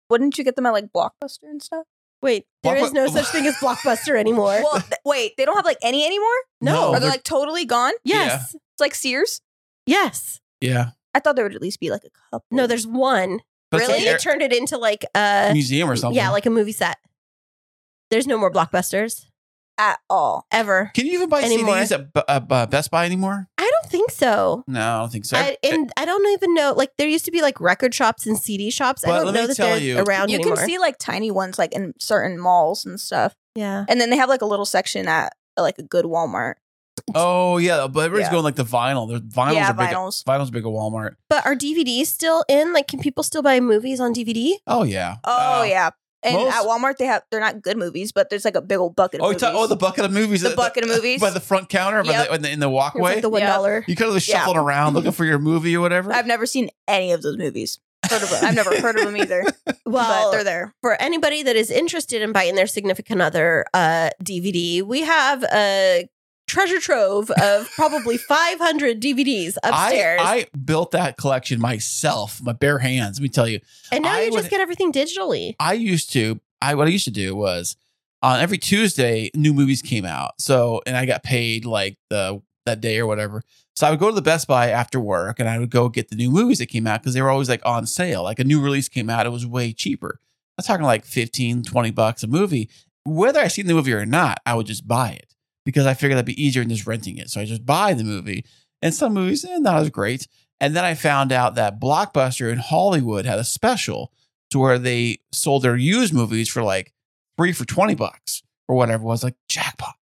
wouldn't you get them at like Blockbuster and stuff?
Wait, there
Blockbu-
is no such thing as Blockbuster anymore.
Well, th- wait, they don't have like any anymore.
No. Oh,
Are they
they're-
like totally gone?
yes.
It's like Sears.
Yes.
yeah.
I thought there would at least be like a couple.
No, there's one.
But it's
really? They
like
turned it into like a
a museum or something.
yeah, like a movie set. There's no more Blockbusters
at all.
ever.
can you even buy
anymore.
CDs at B- uh, B- Best Buy anymore?
I don't think so.
No, I don't think so.
I, and I don't even know. Like there used to be like record shops and CD shops.
But
I don't
let
know
me
that
tell
they're
you-
around
You
anymore.
can see like tiny ones like in certain malls and stuff,
yeah,
and then they have like a little section at like a good Walmart.
Oh yeah, but everybody's
Yeah.
going like the vinyl. The vinyls
yeah,
are big.
vinyls.
Vinyl's big at Walmart.
but are DVDs still in? Like, can people still buy movies on DVD?
Oh yeah.
Oh
Uh,
yeah, and
most-
at Walmart they have they're not good movies, but there's like a big old bucket. Of
Oh, you
movies.
talk, oh, the bucket of movies.
The bucket of movies.
by the front counter, by
Yep.
the, in, the, in the
Here's,
walkway.
like the one
Yeah.
dollar.
you kind of just
Yeah.
shuffling around looking for your movie or whatever.
I've never seen any of those movies. Heard of them. I've never heard of them either. but
Well,
they're there.
for anybody that is interested in buying their significant other uh, DVD, we have a treasure trove of probably 500 DVDs upstairs.
I, I built that collection myself, my bare hands. Let me tell you.
and now
I
you
would-
just get everything digitally.
I used to. I what I used to do was on every Tuesday, new movies came out. So and I got paid like the that day or whatever. So I would go to the Best Buy after work and I would go get the new movies that came out because they were always like on sale. Like a new release came out, it was way cheaper. I'm talking like 15, 20 bucks a movie. Whether I seen the movie or not, I would just buy it because I figured that'd be easier than just renting it. So I just buy the movie. And some movies, eh, not as great. And then I found out that Blockbuster in Hollywood had a special to where they sold their used movies for like three for 20 bucks or whatever it was like jackpot.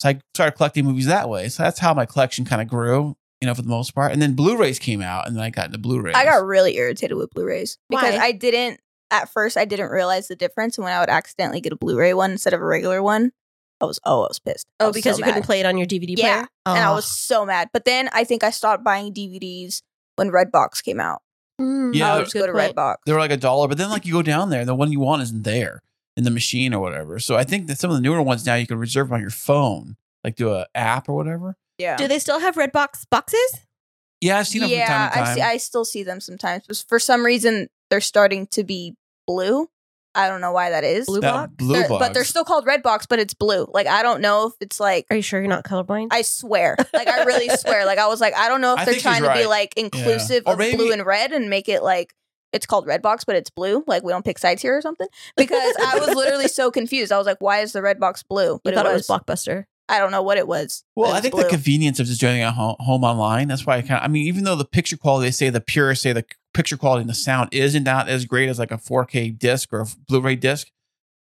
So I started collecting movies that way. So that's how my collection kind of grew, you know, for the most part. And then Blu-rays came out, and then I got into Blu-rays.
I got really irritated with Blu-rays because
Why?
I didn't at first I didn't realize the difference and when I would accidentally get a Blu-ray one instead of a regular one, I was oh I was pissed. I
Oh,
was
because
so
you
mad.
couldn't play it on your DVD
Yeah,
player.
and I
Oh.
was so mad. But then I think I stopped buying DVDs when Redbox came out.
Mm,
Yeah,
I
they're-
would just go to Redbox.
they were like a dollar, but then like you go down there, the one you want isn't there in the machine or whatever. So I think that some of the newer ones now you can reserve on your phone, like do a app or whatever.
Yeah.
Do they still have Redbox boxes?
Yeah, I've seen them
yeah,
from time to time.
I, see, I still see them sometimes. But for some reason, they're starting to be blue. I don't know why that is.
Blue
That
box?
blue
They're-
box.
But they're still called red box, but it's blue. Like I don't know if it's like
Are you sure you're not colorblind?
I swear. Like I really swear. Like I was like I don't know if
I
they're
think
trying
he's
to be
right.
like inclusive
Or
of
maybe-
blue and red and make it like it's called red box but it's blue. Like we don't pick sides here or something. Because I was literally so confused. I was like why is the red box blue?
you thought it was Blockbuster.
I don't know what it was. but
well,
it
I
was
think the
blue.
convenience of just doing it at home, home online. That's why I kind of. I mean, even though the picture quality, they say the purists say the picture quality and the sound isn't not as great as like a 4K disc or a Blu-ray disc,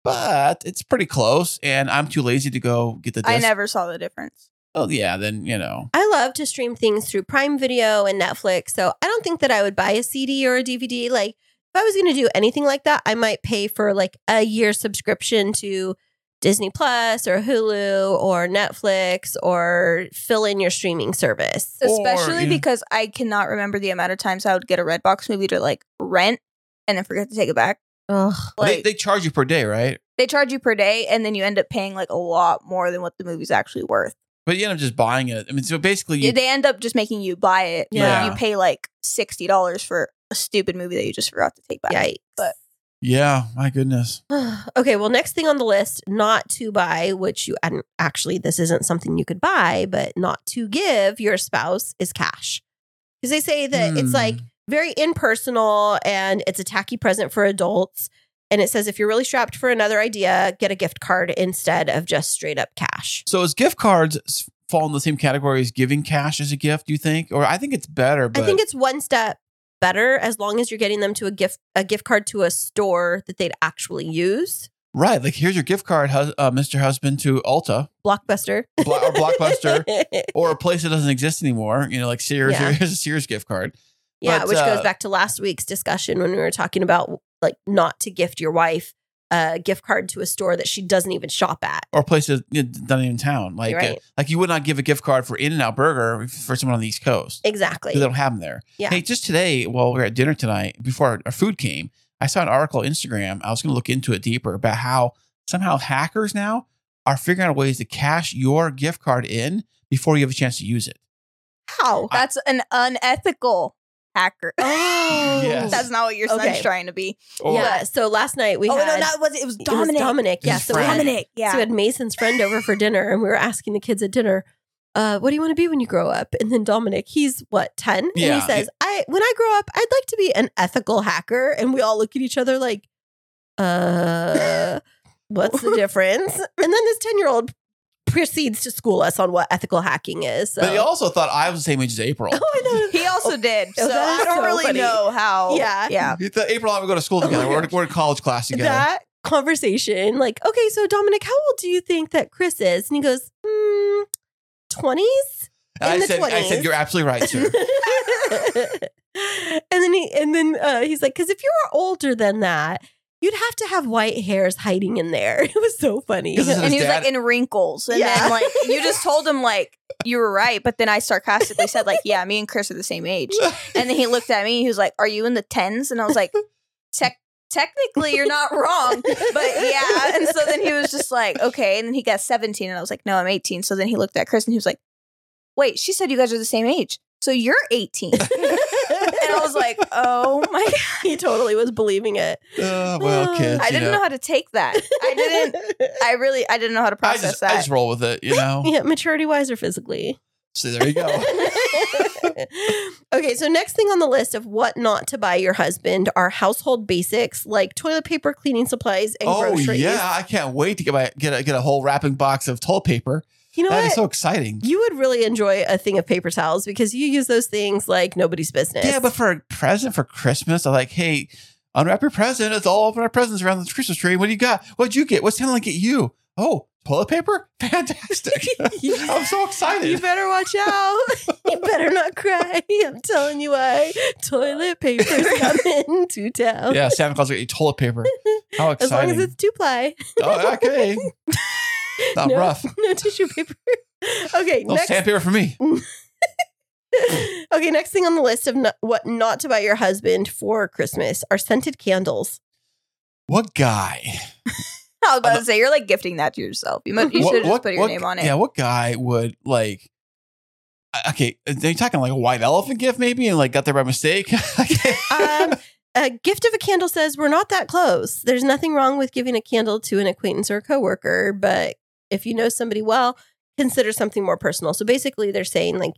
but it's pretty close. And I'm too lazy to go get the disc.
I never saw the difference.
Oh yeah, then you know.
I love to stream things through Prime Video and Netflix. So I don't think that I would buy a CD or a DVD. Like, if I was going to do anything like that, I might pay for like a year subscription to Disney Plus or Hulu or Netflix or fill in your streaming service.
Or,
Especially
yeah.
because I cannot remember the amount of times I would get a red box movie to like rent and then forget to take it back.
Ugh.
Like
they, they charge you per day, right?
they charge you per day and then you end up paying like a lot more than what the movie's actually worth.
But you end up just buying it. I mean, so basically, you,
they end up just making you buy it. but
Yeah.
you pay like sixty dollars for a stupid movie that you just forgot to take back.
Yikes.
But-
yeah, my goodness.
okay, well, next thing on the list, not to buy, which you and actually, this isn't something you could buy, but not to give your spouse is cash. Because they say that
Hmm.
it's like very impersonal and it's a tacky present for adults. And it says if you're really strapped for another idea, get a gift card instead of just straight up cash.
So, is gift cards s- fall in the same category as giving cash as a gift? Do you think, or I think it's better? But
I think it's one step better as long as you're getting them to a gift a gift card to a store that they'd actually use.
right, like here's your gift card, hus- uh, Mister Husband, to Ulta
Blockbuster.
Blo- or Blockbuster or a place that doesn't exist anymore. You know, like Sears.
Yeah.
Here's a Sears gift card.
Yeah,
But,
which
uh,
goes back to last week's discussion when we were talking about like not to gift your wife a gift card to a store that she doesn't even shop at.
Or places you know, not even in town. Like,
You're right.
uh, like you would not give a gift card for In and Out Burger for someone on the East Coast.
Exactly.
They don't have them there.
Yeah.
Hey, just today, while we were at dinner tonight, before our, our food came, I saw an article on Instagram. I was going to look into it deeper about how somehow hackers now are figuring out ways to cash your gift card in before you have a chance to use it.
How?
That's an unethical hacker.
Oh.
Yes.
That's not what your son's
Okay.
trying to be.
Or-
yeah. So last night we
oh
had
no, not was it was
it was
Dominic.
Dominic.
His
Yeah. So we had-
friend.
Dominic. Yeah.
So we had Mason's friend over for dinner, and we were asking the kids at dinner, uh, "What do you want to be when you grow up?" And then Dominic, he's what ten, and
Yeah.
he says, "I when I grow up, I'd like to be an ethical hacker." And we all look at each other like, "Uh, what's the difference?" And then this ten-year-old proceeds to school us on what ethical hacking is. So.
But he also thought I was the same age as April.
oh, I know.
he also did.
Oh,
So
that
I
is
don't
so
really
funny.
know how
Yeah.
Yeah.
He thought April and I would go to school
Oh my
together. we're,
gosh.
we're in college class together.
that conversation, like, okay, so Dominic, how old do you think that Chris is? And he goes, "Hmm, twenties."
And
in
I
the
said, I
20s.
said, you're absolutely right, sir.
and then he, and then uh, he's like, because if you were older than that, you'd have to have white hairs hiding in there. It was so funny.
This is
and he was
His
like
dad-
in wrinkles, and
Yeah.
then like you just told him like you were right, but then I sarcastically said like, "Yeah, me and Chris are the same age," and then he looked at me, and he was like, "Are you in the tens? And I was like, "Tech, technically, you're not wrong, but yeah." And so then he was just like, "Okay," and then he got seventeen, and I was like, "No, I'm 18." So then he looked at Chris, and he was like, "Wait, she said you guys are the same age, so you're 18." and I was like, "Oh my god,
he totally was believing it.
Uh, well, kids.
I
you
didn't know how to take that. I didn't. I really, I didn't know how to
I
process
just,
that."
I just roll with it, you know?
yeah, maturity wise or physically.
So there you go.
okay, so next thing on the list of what not to buy your husband are household basics like toilet paper, cleaning supplies, and
Oh
groceries.
yeah, I can't wait to get my get a, get a whole wrapping box of toilet paper.
You know
That
what?
is so exciting.
you would really enjoy a thing of paper towels because you use those things like nobody's business.
Yeah, but for a present for Christmas, I'm like, hey, unwrap your present. It's all open our presents around the Christmas tree. What do you got? What'd you get? What's Helen get you? oh, toilet paper? Fantastic. I'm so
You
excited.
better watch out. you better not cry. I'm telling you why. Toilet paper's coming to town.
Yeah, Santa Claus got you toilet paper. How
As long as
exciting.
it's two ply.
oh, okay. Not
no,
rough.
No tissue paper. Okay,
No
next.
sandpaper for me.
okay, next thing on the list of no- what not to buy your husband for Christmas are scented candles.
What guy?
I was about to say you're like gifting that to yourself. You, must, you
What-
should have just
what-
put your
what-
name on it.
Yeah, what guy would like? I- Okay, uh, they're talking like a white elephant gift, maybe, and like got there by mistake.
Um, a gift of a candle says we're not that close. There's nothing wrong with giving a candle to an acquaintance or a coworker, but if you know somebody well, consider something more personal. So basically, they're saying like,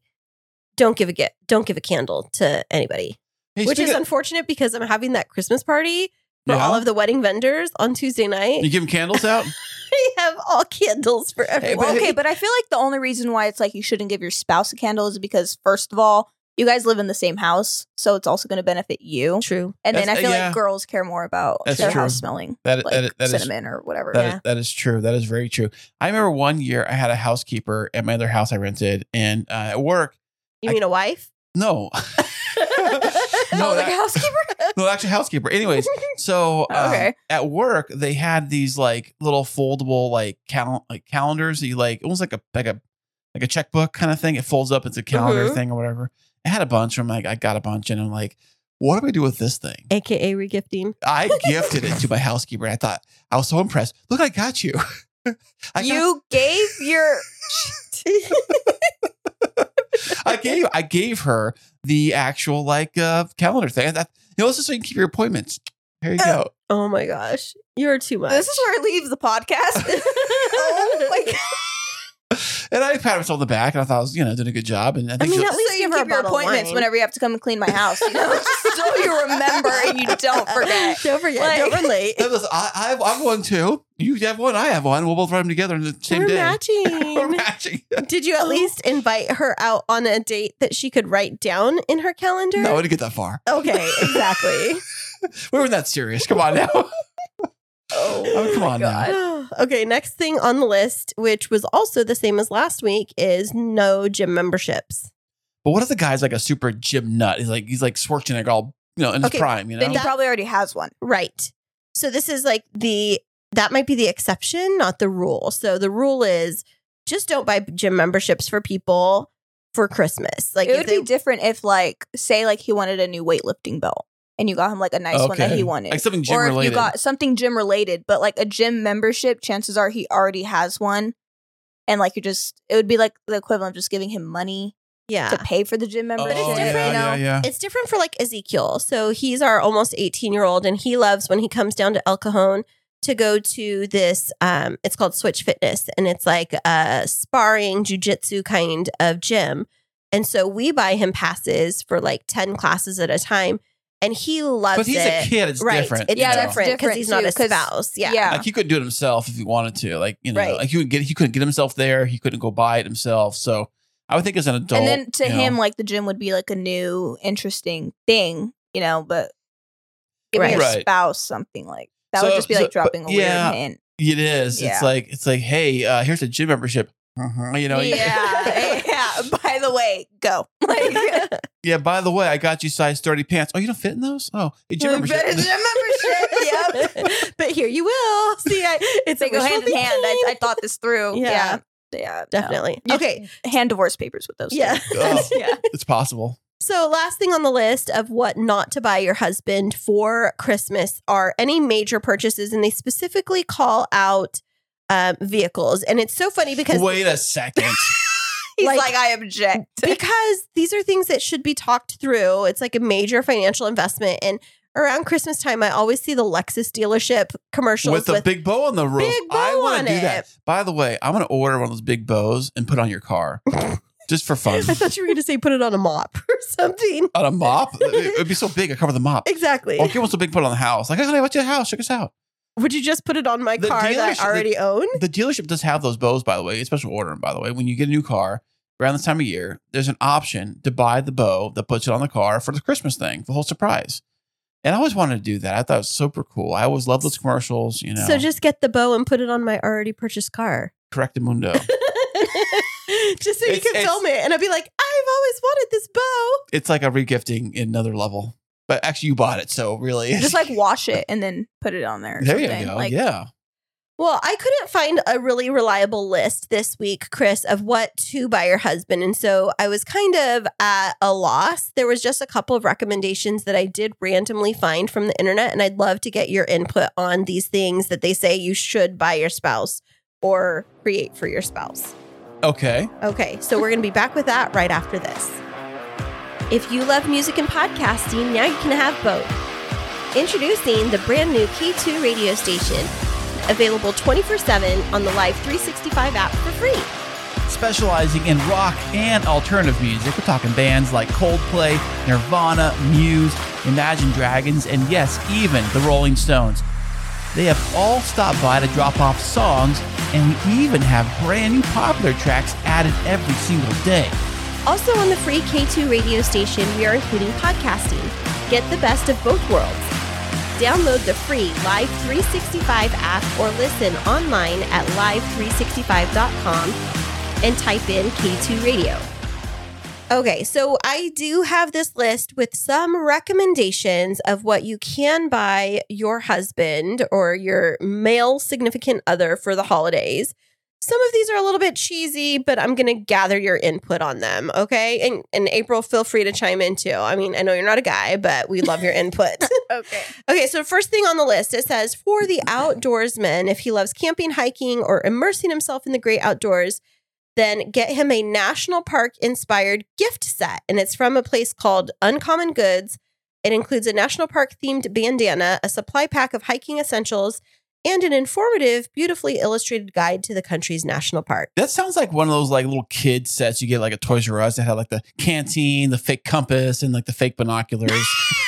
don't give a gift, don't give a candle to anybody,
Hey,
which is
speaking of-
unfortunate because I'm having that Christmas party for
Yeah?
all of the wedding vendors on Tuesday night.
you give him candles out.
I have all candles for everyone.
Well, okay, but I feel like the only reason why it's like you shouldn't give your spouse a candle is because first of all, you guys live in the same house, so it's also going to benefit you.
true.
And then I
That's-
feel
yeah.
like girls care more about
That's
their
true.
house smelling
That
like
that, that is
cinnamon or whatever.
That is
yeah.
that is true. That is very true. I remember one year I had a housekeeper at my other house I rented, and uh, at work,
You
I-
mean a wife?
no,
oh, like
that-
a housekeeper.
no, actually housekeeper. Anyways, so um,
Okay.
at work they had these like little foldable like, cal- like calendars. That you like almost like a like a like a checkbook kind of thing. It folds up. It's a calendar
Mhm.
thing or whatever. I had a bunch. I'm like, I got a bunch, and I'm like, what do I do with this thing?
AKA regifting.
I gifted it to my housekeeper. And I thought I was so impressed. Look, I got you. I got
you gave your
I gave I gave her the actual like uh, calendar thing. I thought, you know, this is so you can keep your appointments. Here you go.
Oh my gosh. You're too much.
This is where it leaves the podcast. oh my god.
And I patted myself on the back, and I thought I was you know doing a good job. And I think
mean,
she'll-
at least
so
give
you
her a
keep your
bottle of
appointments
wine.
whenever you have to come and clean my house, you know? Just so you remember and you don't forget.
Don't forget.
Like-
don't relate.
I, was- I, I have I've one too. You have one. I have one. We'll both write them together in the same
We're
day. We're
matching.
matching.
Did you at least invite her out on a date that she could write down in her calendar?
No, I didn't get that far.
Okay, exactly.
We weren't that serious. Come on now. Oh, come on now.
okay, next thing on the list, which was also the same as last week, is no gym memberships.
But what if the guy's like a super gym nut? He's like he's like Schwarzenegger, all you know, in
Okay,
his prime. You know,
Then he probably already has one.
Right. So this is like the that might be the exception, not the rule. So the rule is just don't buy gym memberships for people for Christmas. Like
it
if
would
they-
be different if, like, say, like he wanted a new weightlifting belt, and you got him like a nice one that
Okay.
he wanted,
like something gym
or if
related.
you got something gym related, but like a gym membership, chances are he already has one, and like you're just, it would be like the equivalent of just giving him money to
yeah.
pay for the gym
oh,
membership.
it's
you
yeah,
different.
yeah,
know?
yeah.
It's different for like Ezekiel. So he's our almost 18 year old and he loves when he comes down to El Cajon to go to this um it's called Switch Fitness and it's like a sparring jujitsu kind of gym. And so we buy him passes for like 10 classes at a time and he loves
But he's
it.
a kid. It's
right.
different.
It's
you know?
Yeah, that's
different because
different
he's not
too,
a
'cause-
spouse. Yeah.
yeah.
Like he could do it himself if he wanted to. Like you know,
Right.
like he would get he couldn't get himself there. He couldn't go buy it himself. So I would think as an adult,
and then to
you
him,
know,
like the gym would be like a new, interesting thing, you know. But giving your
Right.
spouse something like that
So-
would just be
so-
like
but-
dropping a
yeah.
weird hint.
it is.
Yeah. Mm-hmm.
It's like it's like hey, uh, here's a gym membership. Mhm. You know, yeah.
yeah, yeah. By the way, go. Like,
By the way, I got you size thirty pants. Oh, you don't fit in those? Oh, a gym membership.
better gym membership. Yep.
but here you will. See, I, it's
They
a
go
wishful
hand in hand. I,
thinking.
I thought this through.
Yeah.
Yeah, yeah, no.
Definitely.
You
Okay.
Hand divorce papers with those. two.
Yeah.
Oh,
yeah.
it's possible.
So, last thing on the list of what not to buy your husband for Christmas are any major purchases, and they specifically call out um, vehicles. And it's so funny because
Wait a second.
He's
Like-
like, I object.
because these are things that should be talked through. It's like a major financial investment, and around Christmas time, I always see the Lexus dealership commercials
with
with,
a big bow on the roof.
Big
I
bow
wanna
on
do
it.
that. By the way, I'm gonna order one of those big bows and put on your car, just for fun.
I thought you were going to say put it on a mop or something.
on a mop, it would be so big. I cover the mop.
Exactly.
Or get one so big, put it on the house. Like, hey, honey, what's your house? Check us out.
Would you just put it on my
The
car that
dealership-
I already own?
The dealership does have those bows, by the way. It's special order 'em, by the way. When you get a new car around this time of year, there's an option to buy the bow that puts it on the car for the Christmas thing, the whole surprise. And I always wanted to do that. I thought it was super cool. I always loved those commercials, you know.
So just get the bow and put it on my already purchased car.
correct the mundo.
just so you
It's-
can
it's-
film it. And I'd be like, I've always wanted this bow.
it's like a regifting in another level. But actually you bought it, so really
Just like wash it and then put it on there. Or
there
something.
you go.
Like,
yeah.
Well, I couldn't find a really reliable list this week, Chris, of what to buy your husband. And so I was kind of at a loss. There was just a couple of recommendations that I did randomly find from the internet. And I'd love to get your input on these things that they say you should buy your spouse or create for your spouse.
Okay.
Okay, so we're going to be back with that right after this. If you love music and podcasting, now you can have both. Introducing the brand new K2 radio station, available 24 7 on the Live 365 app for free.
Specializing in rock and alternative music. We're talking bands like Coldplay, Nirvana, Muse, Imagine Dragons, and yes, even the Rolling Stones. They have all stopped by to drop off songs, and we even have brand new popular tracks added every single day.
Also on the free K2 radio station, we are including podcasting. Get the best of both worlds. Download the free Live 365 app or listen online at live365.com and type in K2 radio. Okay, so I do have this list with some recommendations of what you can buy your husband or your male significant other for the holidays. Some of these are a little bit cheesy, but I'm going to gather your input on them, okay? And and April, feel free to chime in too. I mean, I know you're not a guy, but we love your input.
Okay.
Okay, so first thing on the list, it says for the outdoorsman, if he loves camping, hiking, or immersing himself in the great outdoors, then get him a national park inspired gift set. And it's from a place called Uncommon Goods. It includes a national park themed bandana, a supply pack of hiking essentials, and an informative, beautifully illustrated guide to the country's national park.
That sounds like one of those like little kid sets you get like a Toys R Us that had like the canteen, the fake compass, and like the fake binoculars.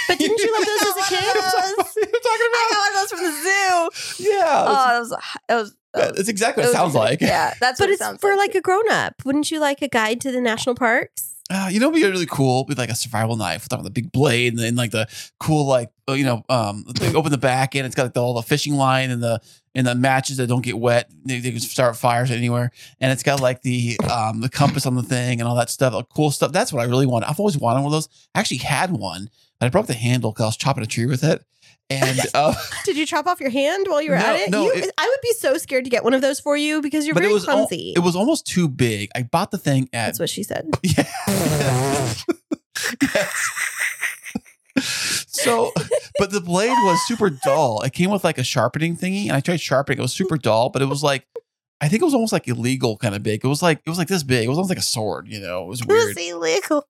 But didn't you love those as a kid?
That's what you're talking
I
about.
got one of those from the zoo.
Yeah,
Uh,
Oh,
that's-
that was that was. that was-
that's exactly
that
what it
was-
sounds like.
Yeah, that's
But
what it
it's
sounds
for
like.
like a grown up. Wouldn't you like a guide to the national parks?
Uh, you know, what'd be really cool with like a survival knife with the big blade and then like the cool like uh, you know um they open the back and it's got like the, all the fishing line and the and the matches that don't get wet. They, they can start fires anywhere and it's got like the um the compass on the thing and all that stuff. Like, cool stuff. That's what I really want. I've always wanted one of those. I actually had one, but I broke the handle because I was chopping a tree with it. And uh,
Did you chop off your hand while you were
No,
at it?
no,
you,
it-
I would be so scared to get one of those for you because you're
but
very
it was al-
clumsy.
it was almost too big. I bought the thing at
That's what she said.
Yeah. yes. So, but the blade was super dull. It came with like a sharpening thingy, and I tried sharpening. It was super dull, but it was like, I think it was almost like illegal kind of big. It was like it was like this big. It was almost like a sword. You know, it was
It was
weird.
illegal.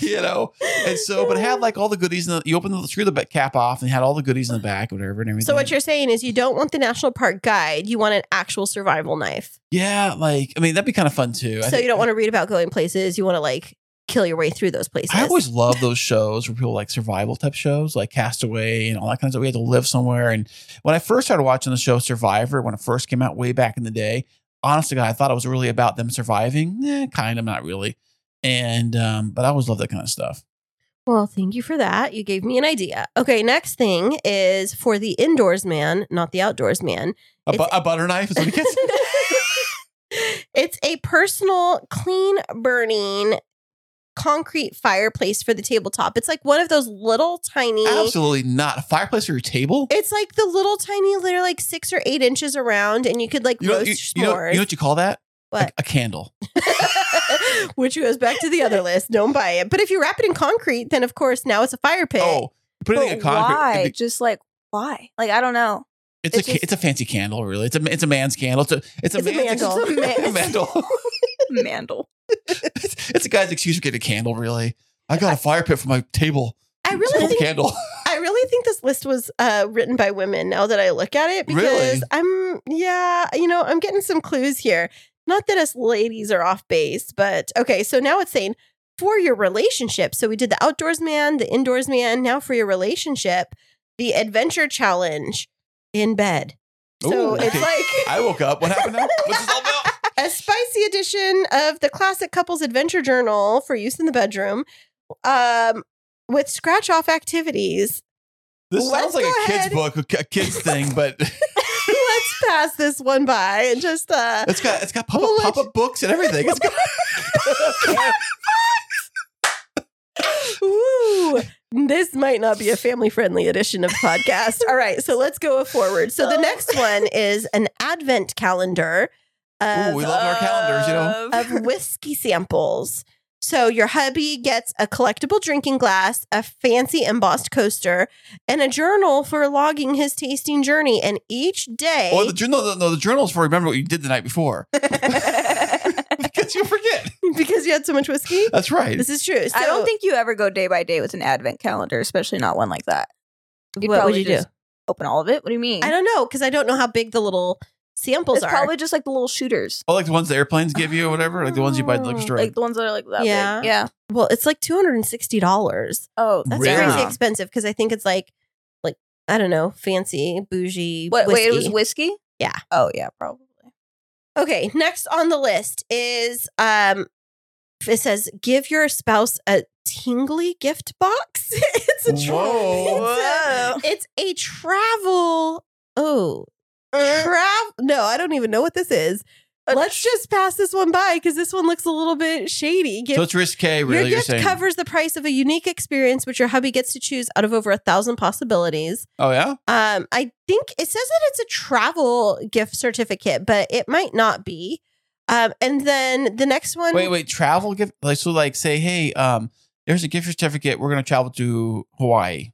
you know, and so but it had like all the goodies. In the, you open the screw the back cap off, and it had all the goodies in the back, whatever, and everything.
So what you're saying is you don't want the national park guide. You want an actual survival knife.
yeah, like I mean that'd be kind of fun too. I
so
think-
you don't want to read about going places. You want to like kill your way through those places.
I always love those shows where people like survival type shows, like Castaway and all that kind of stuff. We had to live somewhere. And when I first started watching the show Survivor, when it first came out way back in the day, honest to God, I thought it was really about them surviving. Eh, kind of, not really. And um, but I always love that kind of stuff.
well, thank you for that. You gave me an idea. Okay, next thing is for the indoors man, not the outdoors man.
A,
It's-
bu- a butter knife is what it gets.
it's a personal, clean burning concrete fireplace for the tabletop. It's like one of those little tiny.
Absolutely not. A fireplace or your table?
It's like the little tiny, they're like six or eight inches around, and you could like
You know,
roast
you, you know,
s'mores.
you know what you call that?
What?
A, a candle.
Which goes back to the other list. Don't buy it. But if you wrap it in concrete, then of course now it's a fire pit.
Oh, put it in a
But
concrete.
why? Just like why? Like I don't know.
It's,
It's
a ca-
just-
it's a fancy candle, really. It's a it's a man's candle. It's a it's a,
It's a
man's
mandel.
It's a man- mandel.
Mandel.
it's, it's a guy's excuse for getting a candle, really. I got a fire pit for my table.
I
It's
really
called a
think
candle.
I really think this list was uh, written by women now that I look at it because
Really?
I'm, yeah, you know, I'm getting some clues here. Not that us ladies are off base, but okay, so now it's saying for your relationship. So we did the outdoors man, the indoors man. Now for your relationship, the adventure challenge in bed. So
Ooh,
it's
okay.
like
I woke up. What happened now? What's this all about?
a spicy edition of the classic couple's adventure journal for use in the bedroom. Um, with scratch off activities.
This
Let's
sounds like
go
a
ahead.
kid's book, a ki- a kid's thing, but
Let's pass this one by and just uh
it's got it's got pop up,
We'll let
pop up books and everything. It's got
ooh, this might not be a family friendly edition of podcast. All right, so let's go forward. So the next one is an advent calendar.
Ooh,
Of,
we love our calendars, you know.
of whiskey samples. So your hubby gets a collectible drinking glass, a fancy embossed coaster, and a journal for logging his tasting journey. And each day,
Or the journal, no, no, the journal's for remember what you did the night before because you forget.
because you had so much whiskey,
That's right.
this is true. So
I don't think you ever go day by day with an advent calendar, especially not one like that. You'd
What would
probably
you do?
just Open all of it? What do you mean?
I don't know because I don't know how big the little samples
it's
are.
probably just like the little shooters.
Oh, like the ones the airplanes give you or whatever, like the ones you buy at the liquor store.
Like the ones that are like that
Yeah.
big. Yeah.
well, it's like two hundred and sixty dollars.
Oh, that's
Really?
crazy.
Crazy expensive because I think it's like like I don't know, fancy bougie.
What? Wait, it was
whiskey.
whiskey.
Yeah.
Oh yeah, probably.
Okay, next on the list is um it says give your spouse a tingly gift box. it's a
uh,
travel.
Whoa.
Whoa.
It's a travel. Oh. Travel No, I don't even know what this is.
A
Let's just pass this one by cuz this one looks a little bit shady. Gift
so it's risque, really.
your
you're
gift
saying?
covers the price of a unique experience which your hubby gets to choose out of over a thousand possibilities.
oh yeah.
Um, I think it says that it's a travel gift certificate, but it might not be. Um, and then the next one,
Wait, wait. Travel gift. Like so, like say, hey, um, there's a gift certificate. We're gonna travel to Hawaii.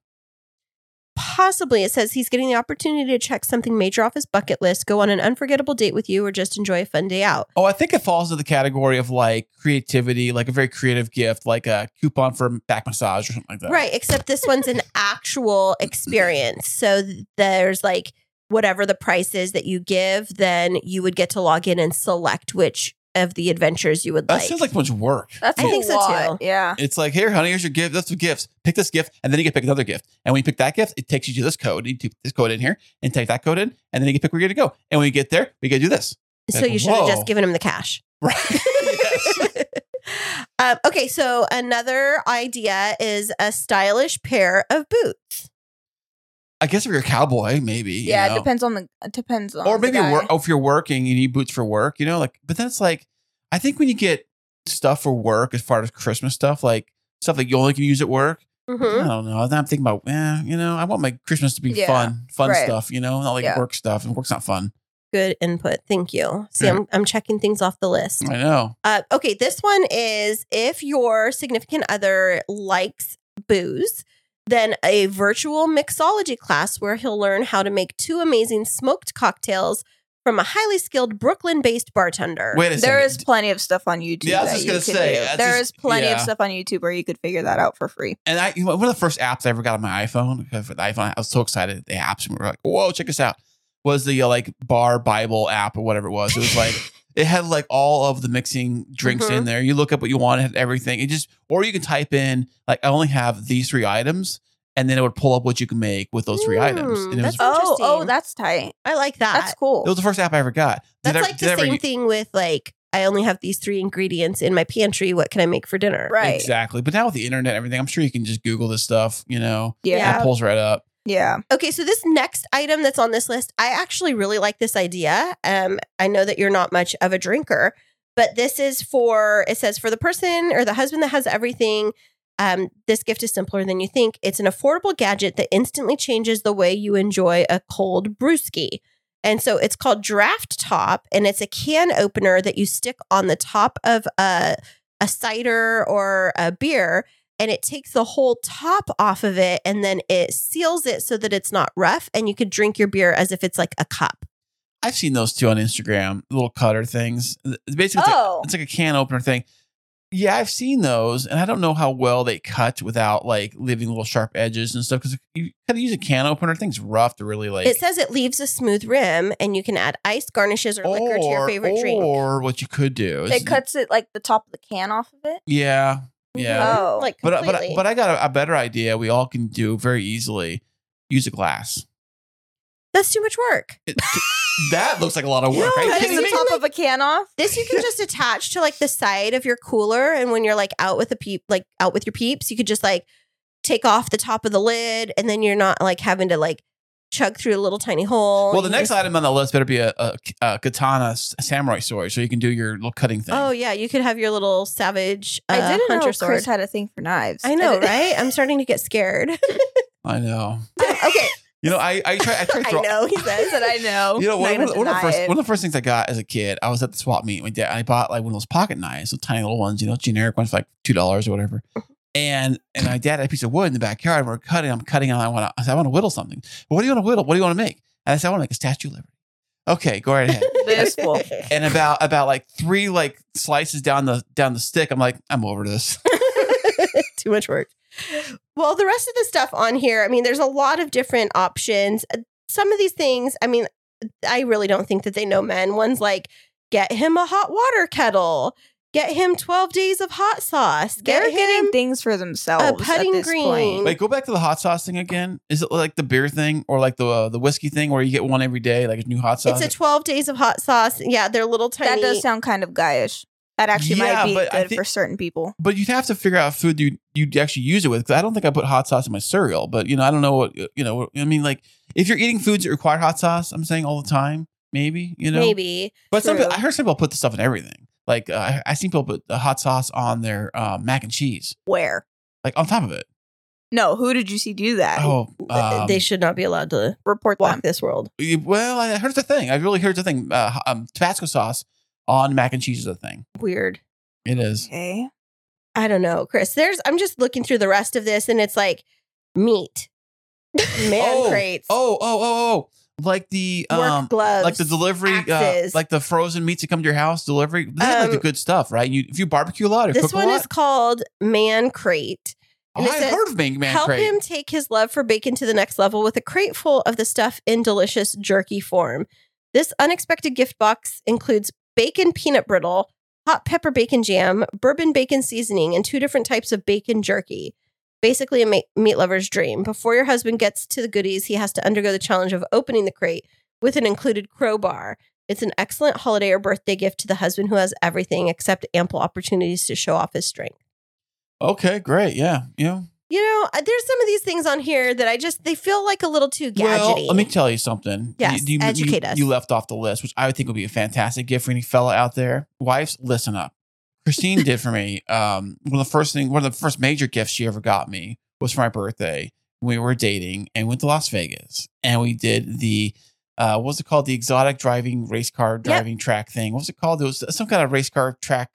possibly it says he's getting the opportunity to check something major off his bucket list, go on an unforgettable date with you, or just enjoy a fun day out.
Oh, I think it falls into the category of like creativity, like a very creative gift, like a coupon for a back massage or something like that.
Right, except this one's an actual experience. So th- there's like whatever the price is that you give, then you would get to log in and select which of the adventures you would
That
like.
sounds like much work.
That's
I
a
think so,
lot.
too.
Yeah.
It's like, here, honey, here's your gift. That's the gifts. Pick this gift, and then you can pick another gift. And when you pick that gift, it takes you to this code. You take this code in here, and take that code in, and then you can pick where you're going to go. And when you get there, we got to do this.
so
like,
you should have
whoa.
just given him the cash.
Right. yes.
um, okay, so another idea is a stylish pair of boots.
I guess if you're a cowboy, maybe. you
Yeah. It
know.
depends on the. It depends on.
Or
the
maybe work,
guy.
oh, if you're working, you need boots for work, you know? Like, but that's like, I think when you get stuff for work, as far as Christmas stuff, like stuff that you only can use at work, I don't know. Then I'm thinking about, eh, you know, I want my Christmas to be
Hmm? Yeah,
fun, fun
right.
stuff, you know, not like
Yeah.
work stuff. And work's not fun.
Good input. Thank you. See,
Hmm.
I'm, I'm checking things off the list.
I know.
Uh, okay, this one is if your significant other likes booze, then a virtual mixology class where he'll learn how to make two amazing smoked cocktails from a highly skilled Brooklyn based bartender.
Wait a second.
There is plenty of stuff on YouTube.
Yeah, I was
that
just
you
gonna
can
say,
do.
that's
there
just-
is plenty of
yeah.
stuff on YouTube where you could figure that out for free.
And I, you know, one of the first apps I ever got on my iPhone, because for the iPhone, I was so excited. The apps, and we were like, whoa, check this out. Was the uh, like bar Bible app or whatever it was. It was like, it had like all of the mixing drinks in
Mhm.
there. You look up what you want, it had everything. It just, or you can type in, like, I only have these three items. And then it would pull up what you can make with those three items.
Mm,
And it was, it
that's
Oh,
interesting.
oh, that's tight.
I like that.
That's cool.
was the first app I ever got. Did
That's
I-
like
did I
the
ever-
same thing with like I only have these three ingredients in my pantry. What can I make for dinner?
Right.
Exactly. But now with the internet and everything, I'm sure you can just Google this stuff, you know,
Yeah.
and it pulls right up.
Yeah.
Okay, so this next item that's on this list, I actually really like this idea. Um, I know that you're not much of a drinker, but this is for it says for the person or the husband that has everything. Um, this gift is simpler than you think. It's an affordable gadget that instantly changes the way you enjoy a cold brewski. And so it's called Draft Top, and it's a can opener that you stick on the top of a, a cider or a beer and it takes the whole top off of it and then it seals it so that it's not rough and you could drink your beer as if it's like a cup.
I've seen those two on Instagram, little cutter things. Basically, it's a-
Oh.
it's like a can opener thing. Yeah, I've seen those, and I don't know how well they cut without like leaving little sharp edges and stuff. Because you kind of use a can opener, things rough to really like.
it says it leaves a smooth rim and you can add ice garnishes or, liquor to your favorite
or
drink.
what you could do is
It cuts it like the top of the can off of it.
Yeah, yeah.
Mhm.
Mhm.
Oh.
like
But I-
completely.
but I- but uh, I got a, a better idea. We all can do very easily. Use a glass.
that's too much work.
It- that looks like a lot of work.
No,
Are you
I
kidding
Cutting the
me?
mean,
top
like-
of a can off.
This you can just attach to like the side of your cooler and when you're like out with the peep like out with your peeps, you could just like take off the top of the lid and then you're not like having to like chug through a little tiny hole.
Well, the
You
next
just-
item on the list better be a, a, a katana s- samurai sword, so you can do your little cutting thing.
Oh yeah, you could have your little savage uh,
I didn't
hunter
know
sword.
Chris had a thing for knives.
I know,
didn't-
right? I'm starting to get scared.
I know.
okay,
You know, I I try I try to
I
throw.
know he says that I.
know.
You know,
Not
one,
gonna
one, of the- one of the
deny
first
it.
one of the first things I got as a kid, I was at the swap meet. with My dad, I bought like one of those pocket knives, the tiny little ones, you know, generic ones, for like two dollars or whatever. And and my dad had a piece of wood in the backyard. And we're cutting. I'm cutting, and I want to. I said, I want to whittle something. Well, what do you want to whittle? What do you want to make? And I said, I want to make a Statue of Liberty. Okay, go right ahead.
This fool.
and about about like three like slices down the down the stick, I'm like, I'm over this.
Too much work. Well, the rest of the stuff on here, I mean, there's a lot of different options. Uh, Some of these things, I mean, I really don't think that they know men. One's like, get him a hot water kettle, get him 12 days of hot sauce, get
They're
him
getting things for themselves. at
putting
this point.
green.
Wait, go back to the hot sauce thing again. Is it like the beer thing or like the uh, the whiskey thing where you get one every day, like a new hot sauce?
It's a 12 days of hot sauce. Yeah, they're little
That
tiny.
does sound kind of guyish. That actually
Yeah,
might be
but I
good
thi-
for certain people.
but you'd have to figure out food you you'd actually use it with. Because I don't think I put hot sauce in my cereal. But you know, I don't know what you know. I mean, like if you're eating foods that require hot sauce, I'm saying all the time, maybe you know,
Maybe.
But some
true.
people, I heard some people put the stuff in everything. Like uh, I, I seen people put the hot sauce on their uh, mac and cheese,
Where?
like on top of it.
No, who did you see do that?
Oh, um,
uh, they should not be allowed to
Report
walk
them.
this world.
Yeah, Well, I heard the thing. I really heard the thing. Uh, um, Tabasco sauce on mac and cheese is a thing.
Weird.
It is.
Okay.
I don't know, Chris. There's I'm just looking through the rest of this and it's like meat, man
oh,
crates,
Oh, oh, oh, oh! Like the
work
um,
gloves,
like the delivery, uh,
axes.
like the frozen meats that come to your house delivery. They have like the
Um,
good stuff, right? You if you barbecue a lot or
this
cook
one
a lot.
is called Man Crate. and it
I've
says,
heard of Bing Man
Help
Crate.
him take his love for bacon to the next level with a crate full of the stuff in delicious jerky form. This unexpected gift box includes bacon peanut brittle, hot pepper bacon jam, bourbon bacon seasoning, and two different types of bacon jerky. Basically, a ma- meat lover's dream. Before your husband gets to the goodies, he has to undergo the challenge of opening the crate with an included crowbar. It's an excellent holiday or birthday gift to the husband who has everything except ample opportunities to show off his strength
Okay, great. Yeah, yeah.
you know, uh, there's some of these things on here that I just they feel like a little too gadgety.
Well, let me tell you something.
Yes,
you,
educate
you,
us.
You left off the list, which I would think would be a fantastic gift for any fella out there. Wives, listen up. Christine did for me. Um, one of the first thing, one of the first major gifts she ever got me was for my birthday. We were dating and went to Las Vegas, and we did the. Uh, what was it called? The exotic driving race car driving track thing. What was it called? It was some kind of race car track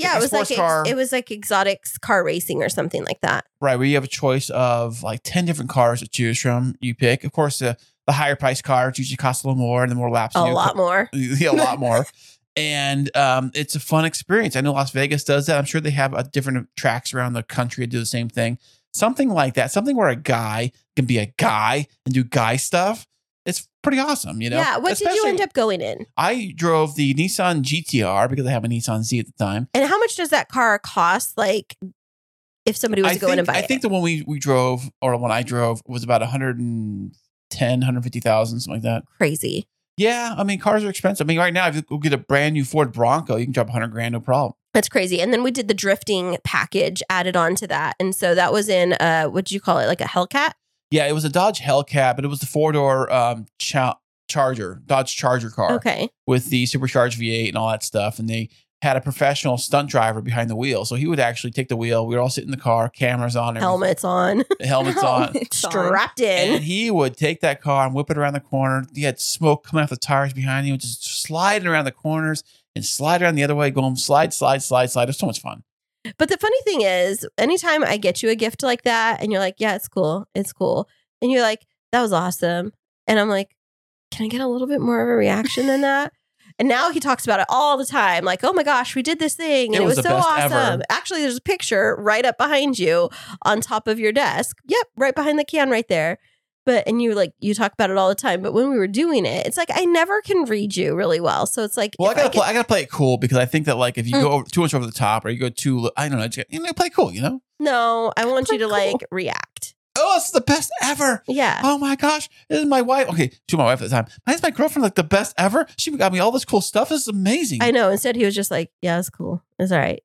yeah, it was like
sports
ex-
car.
it was like exotics car racing or something like that.
Right, where you have a choice of like 10 different cars to choose from. You pick, of course, the, the higher priced cars usually cost a little more and the more laps
A
you do,
lot more.
yeah, a lot more. And um, it's a fun experience. I know Las Vegas does that. I'm sure they have uh, different tracks around the country that do the same thing. Something like that, something where a guy can be a guy and do guy stuff. It's pretty awesome, you know?
yeah. What did you
Especially-
end up going in?
I drove the Nissan GTR because I have a Nissan Z at the time.
And how much does that car cost? Like, if somebody was
I
to go in
think-
and buy
I
it,
think the one we, we drove or the one I drove was about 110, 150,000, something like that.
crazy.
Yeah. I mean, cars are expensive. I mean, right now, if you go get a brand new Ford Bronco, you can drop 100 grand, no problem.
That's crazy. And then we did the drifting package added on to that, and so that was in uh, what do you call it? Like a Hellcat.
Yeah. It was a Dodge Hellcat, but it was the four door um, cha- Charger, Dodge Charger car
Okay.
with the supercharged V8 and all that stuff. And they had a professional stunt driver behind the wheel. So he would actually take the wheel. We would all sit in the car, cameras on, everything,
Helmets on,
helmets
Oh,
on.
Oh, It's on.
strapped in.
And he would take that car and whip it around the corner. He had smoke coming off the tires behind him, just sliding around the corners and slide around the other way, going slide, slide, slide, slide. It was so much fun.
But the funny thing is, anytime I get you a gift like that and you're like, yeah, it's cool, it's cool. And you're like, that was awesome. And I'm like, can I get a little bit more of a reaction than that? And now he talks about it all the time like, oh my gosh, we did this thing and it, was,
the
so
best
awesome.
ever.
Actually, there's a picture right up behind you on top of your desk. Yep, right behind the can right there. But and you like you talk about it all the time. But when we were doing it, it's like I never can read you really well. So it's like
Well, I
if
gotta
could-
play. I gotta play it cool because I think that like if you
Mm.
go over, too much over the top or you go too, li- I don't know, just, you know, play it cool. You know,
no, I want you
Play
to
cool.
like react.
oh, it's the best ever.
Yeah.
Oh my gosh, this is my wife. Okay, to my wife at the time. Why is my girlfriend like the best ever? She got me all this cool stuff. This is amazing.
I know. Instead, he was just like, "Yeah, it's cool. It's all right.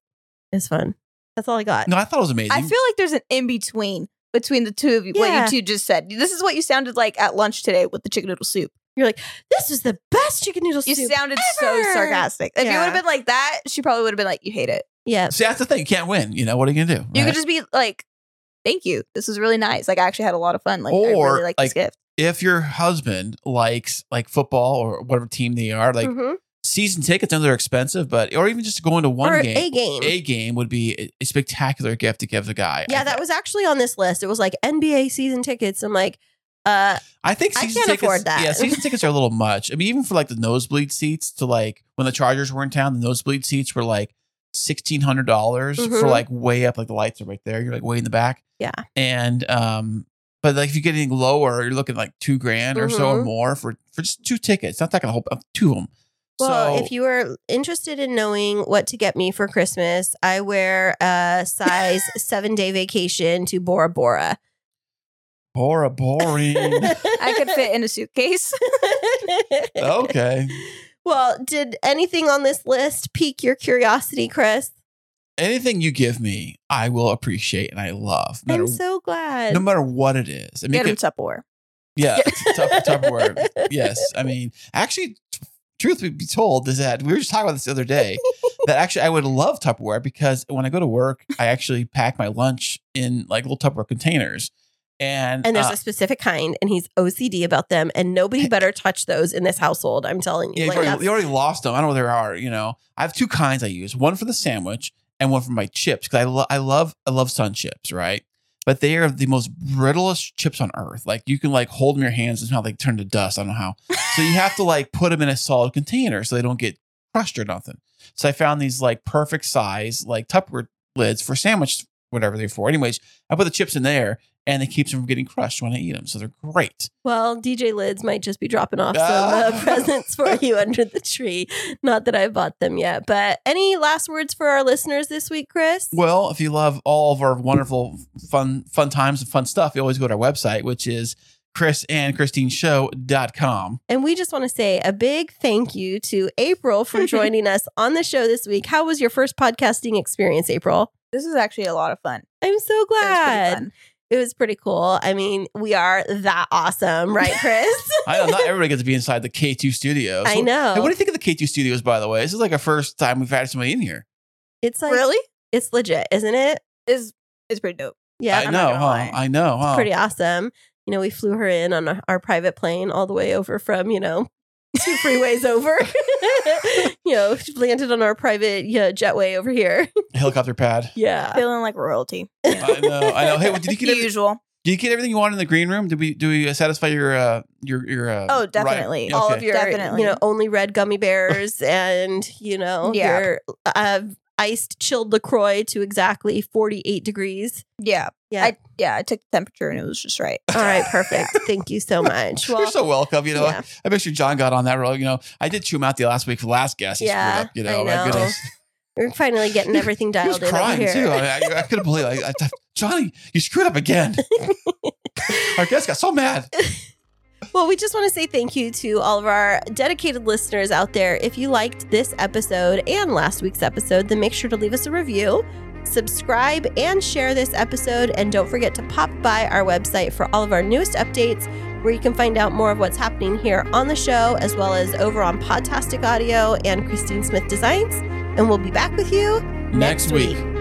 It's fun." That's all I got.
No, I thought it was amazing.
I feel like there's an in between between the two of you.
Yeah.
What you two just said. This is what you sounded like at lunch today with the chicken noodle soup.
You're like, this is the best chicken noodle
You
soup.
sounded
ever.
so sarcastic. If you
Yeah.
would have been like that, she probably would have been like, "You hate it."
yeah.
See, that's the thing. You can't win. You know what are you gonna do?
You
right?
could just be like, "Thank you. This was really nice. Like I actually had a lot of fun. Like I
Or,
really like
like,
this gift."
if your husband likes like football or whatever team they are, like
Mhm.
season tickets, I know they're expensive, but or even just going to one
or
game,
a game.
a game would be a- a spectacular gift to give the guy.
yeah,
I,
that was actually on this list. It was like NBA season tickets. I'm like, uh,
I think
I
season
can't
tickets,
afford that.
Yeah, season tickets are a little much. I mean, even for like the nosebleed seats to like when the Chargers were in town, the nosebleed seats were like sixteen hundred dollars for
Mhm.
like way up, like the lights are right there. You're like way in the back.
Yeah.
And um, but like if you get anything lower, you're looking like two grand or so or
Mhm.
more for for just two tickets. Not that gonna hold uh, two of them.
well,
so,
if you are interested in knowing what to get me for Christmas, I wear a size seven day vacation to Bora Bora.
Bora boring.
I could fit in a suitcase.
okay.
Well, did anything on this list pique your curiosity, Chris?
Anything you give me, I will appreciate and I love. No
I'm
matter-
so glad.
no matter what it is. I mean,
Get him
it,
Tupperware.
yeah, it's a tough, tough word. Yes, I mean, actually, t- truth be be told, is that we were just talking about this the other day. that actually, I would love Tupperware because when I go to work, I actually pack my lunch in like little Tupperware containers, and
and there's
uh,
a specific kind, and he's OCD about them, and nobody better touch those in this household. I'm telling you.
yeah, you
Like,
already,
that's-
you already lost them. I don't know where they are. You know, I have two kinds I use: one for the sandwich and one for my chips because I lo- I love I love Sun chips, right? But they are the most brittlest chips on earth. Like you can like hold them in your hands and somehow they turn to dust. I don't know how. So you have to like put them in a solid container so they don't get crushed or nothing. So I found these like perfect size like Tupperware lids for sandwich whatever they're for. Anyways, I put the chips in there and it keeps them from getting crushed when I eat them. So they're great.
well, DJ Lids might just be dropping off some
Ah.
uh, presents for you under the tree. Not that I bought them yet, but any last words for our listeners this week, Chris?
Well, if you love all of our wonderful fun fun times and fun stuff, you always go to our website, which is Chris and Christine Show.com.
And we just want to say a big thank you to April for joining us on the show this week. How was your first podcasting experience, April?
This is actually a lot of fun.
I'm so
It was pretty
glad.
fun.
It was pretty cool. I mean, we are that awesome, right, Chris?
I know not everybody gets to be inside the K2 studios.
I know.
Hey, what do you think of the K2 studios, by the way? This is like our first time we've had somebody in here.
it's like
really?
it's legit, isn't it?
Is is pretty dope.
Yeah,
I
I'm not
know,
gonna
huh?
lie.
I know, huh?
pretty awesome. You know, we flew her in on our, our private plane all the way over from you know two freeways over. you know, landed on our private yeah, jetway over here.
Helicopter pad.
Yeah.
Feeling like royalty.
I know, I know. Hey, well, did you get
the
everything?
usual.
Did you get everything you wanted in the green room? Did we do we satisfy your uh your your uh,
Oh,
right-
definitely.
Okay.
all of your
Definitely.
you know only red gummy bears and you know
Yeah.
your uh, iced chilled Lacroix to exactly forty eight degrees.
Yeah.
Yeah.
I, yeah. I took the temperature and it was just right.
all right, perfect. Thank you so much.
You're
Well,
so welcome. You know,
yeah,
I bet you John got on that roll. You know, I did chew him out the last week for the last guest. He
Yeah,
screwed up. You know,
I
my
know.
goodness.
we're finally getting everything
He
dialed
was
in over
crying
here.
too. I, I, I couldn't believe it. I, I, Johnny, you screwed up again. Our guest got so mad.
Well, we just want to say thank you to all of our dedicated listeners out there. If you liked this episode and last week's episode, then make sure to leave us a review, subscribe, and share this episode. And don't forget to pop by our website for all of our newest updates, where you can find out more of what's happening here on the show, as well as over on Podtastic Audio and Christine Smith Designs. And we'll be back with you
Next week.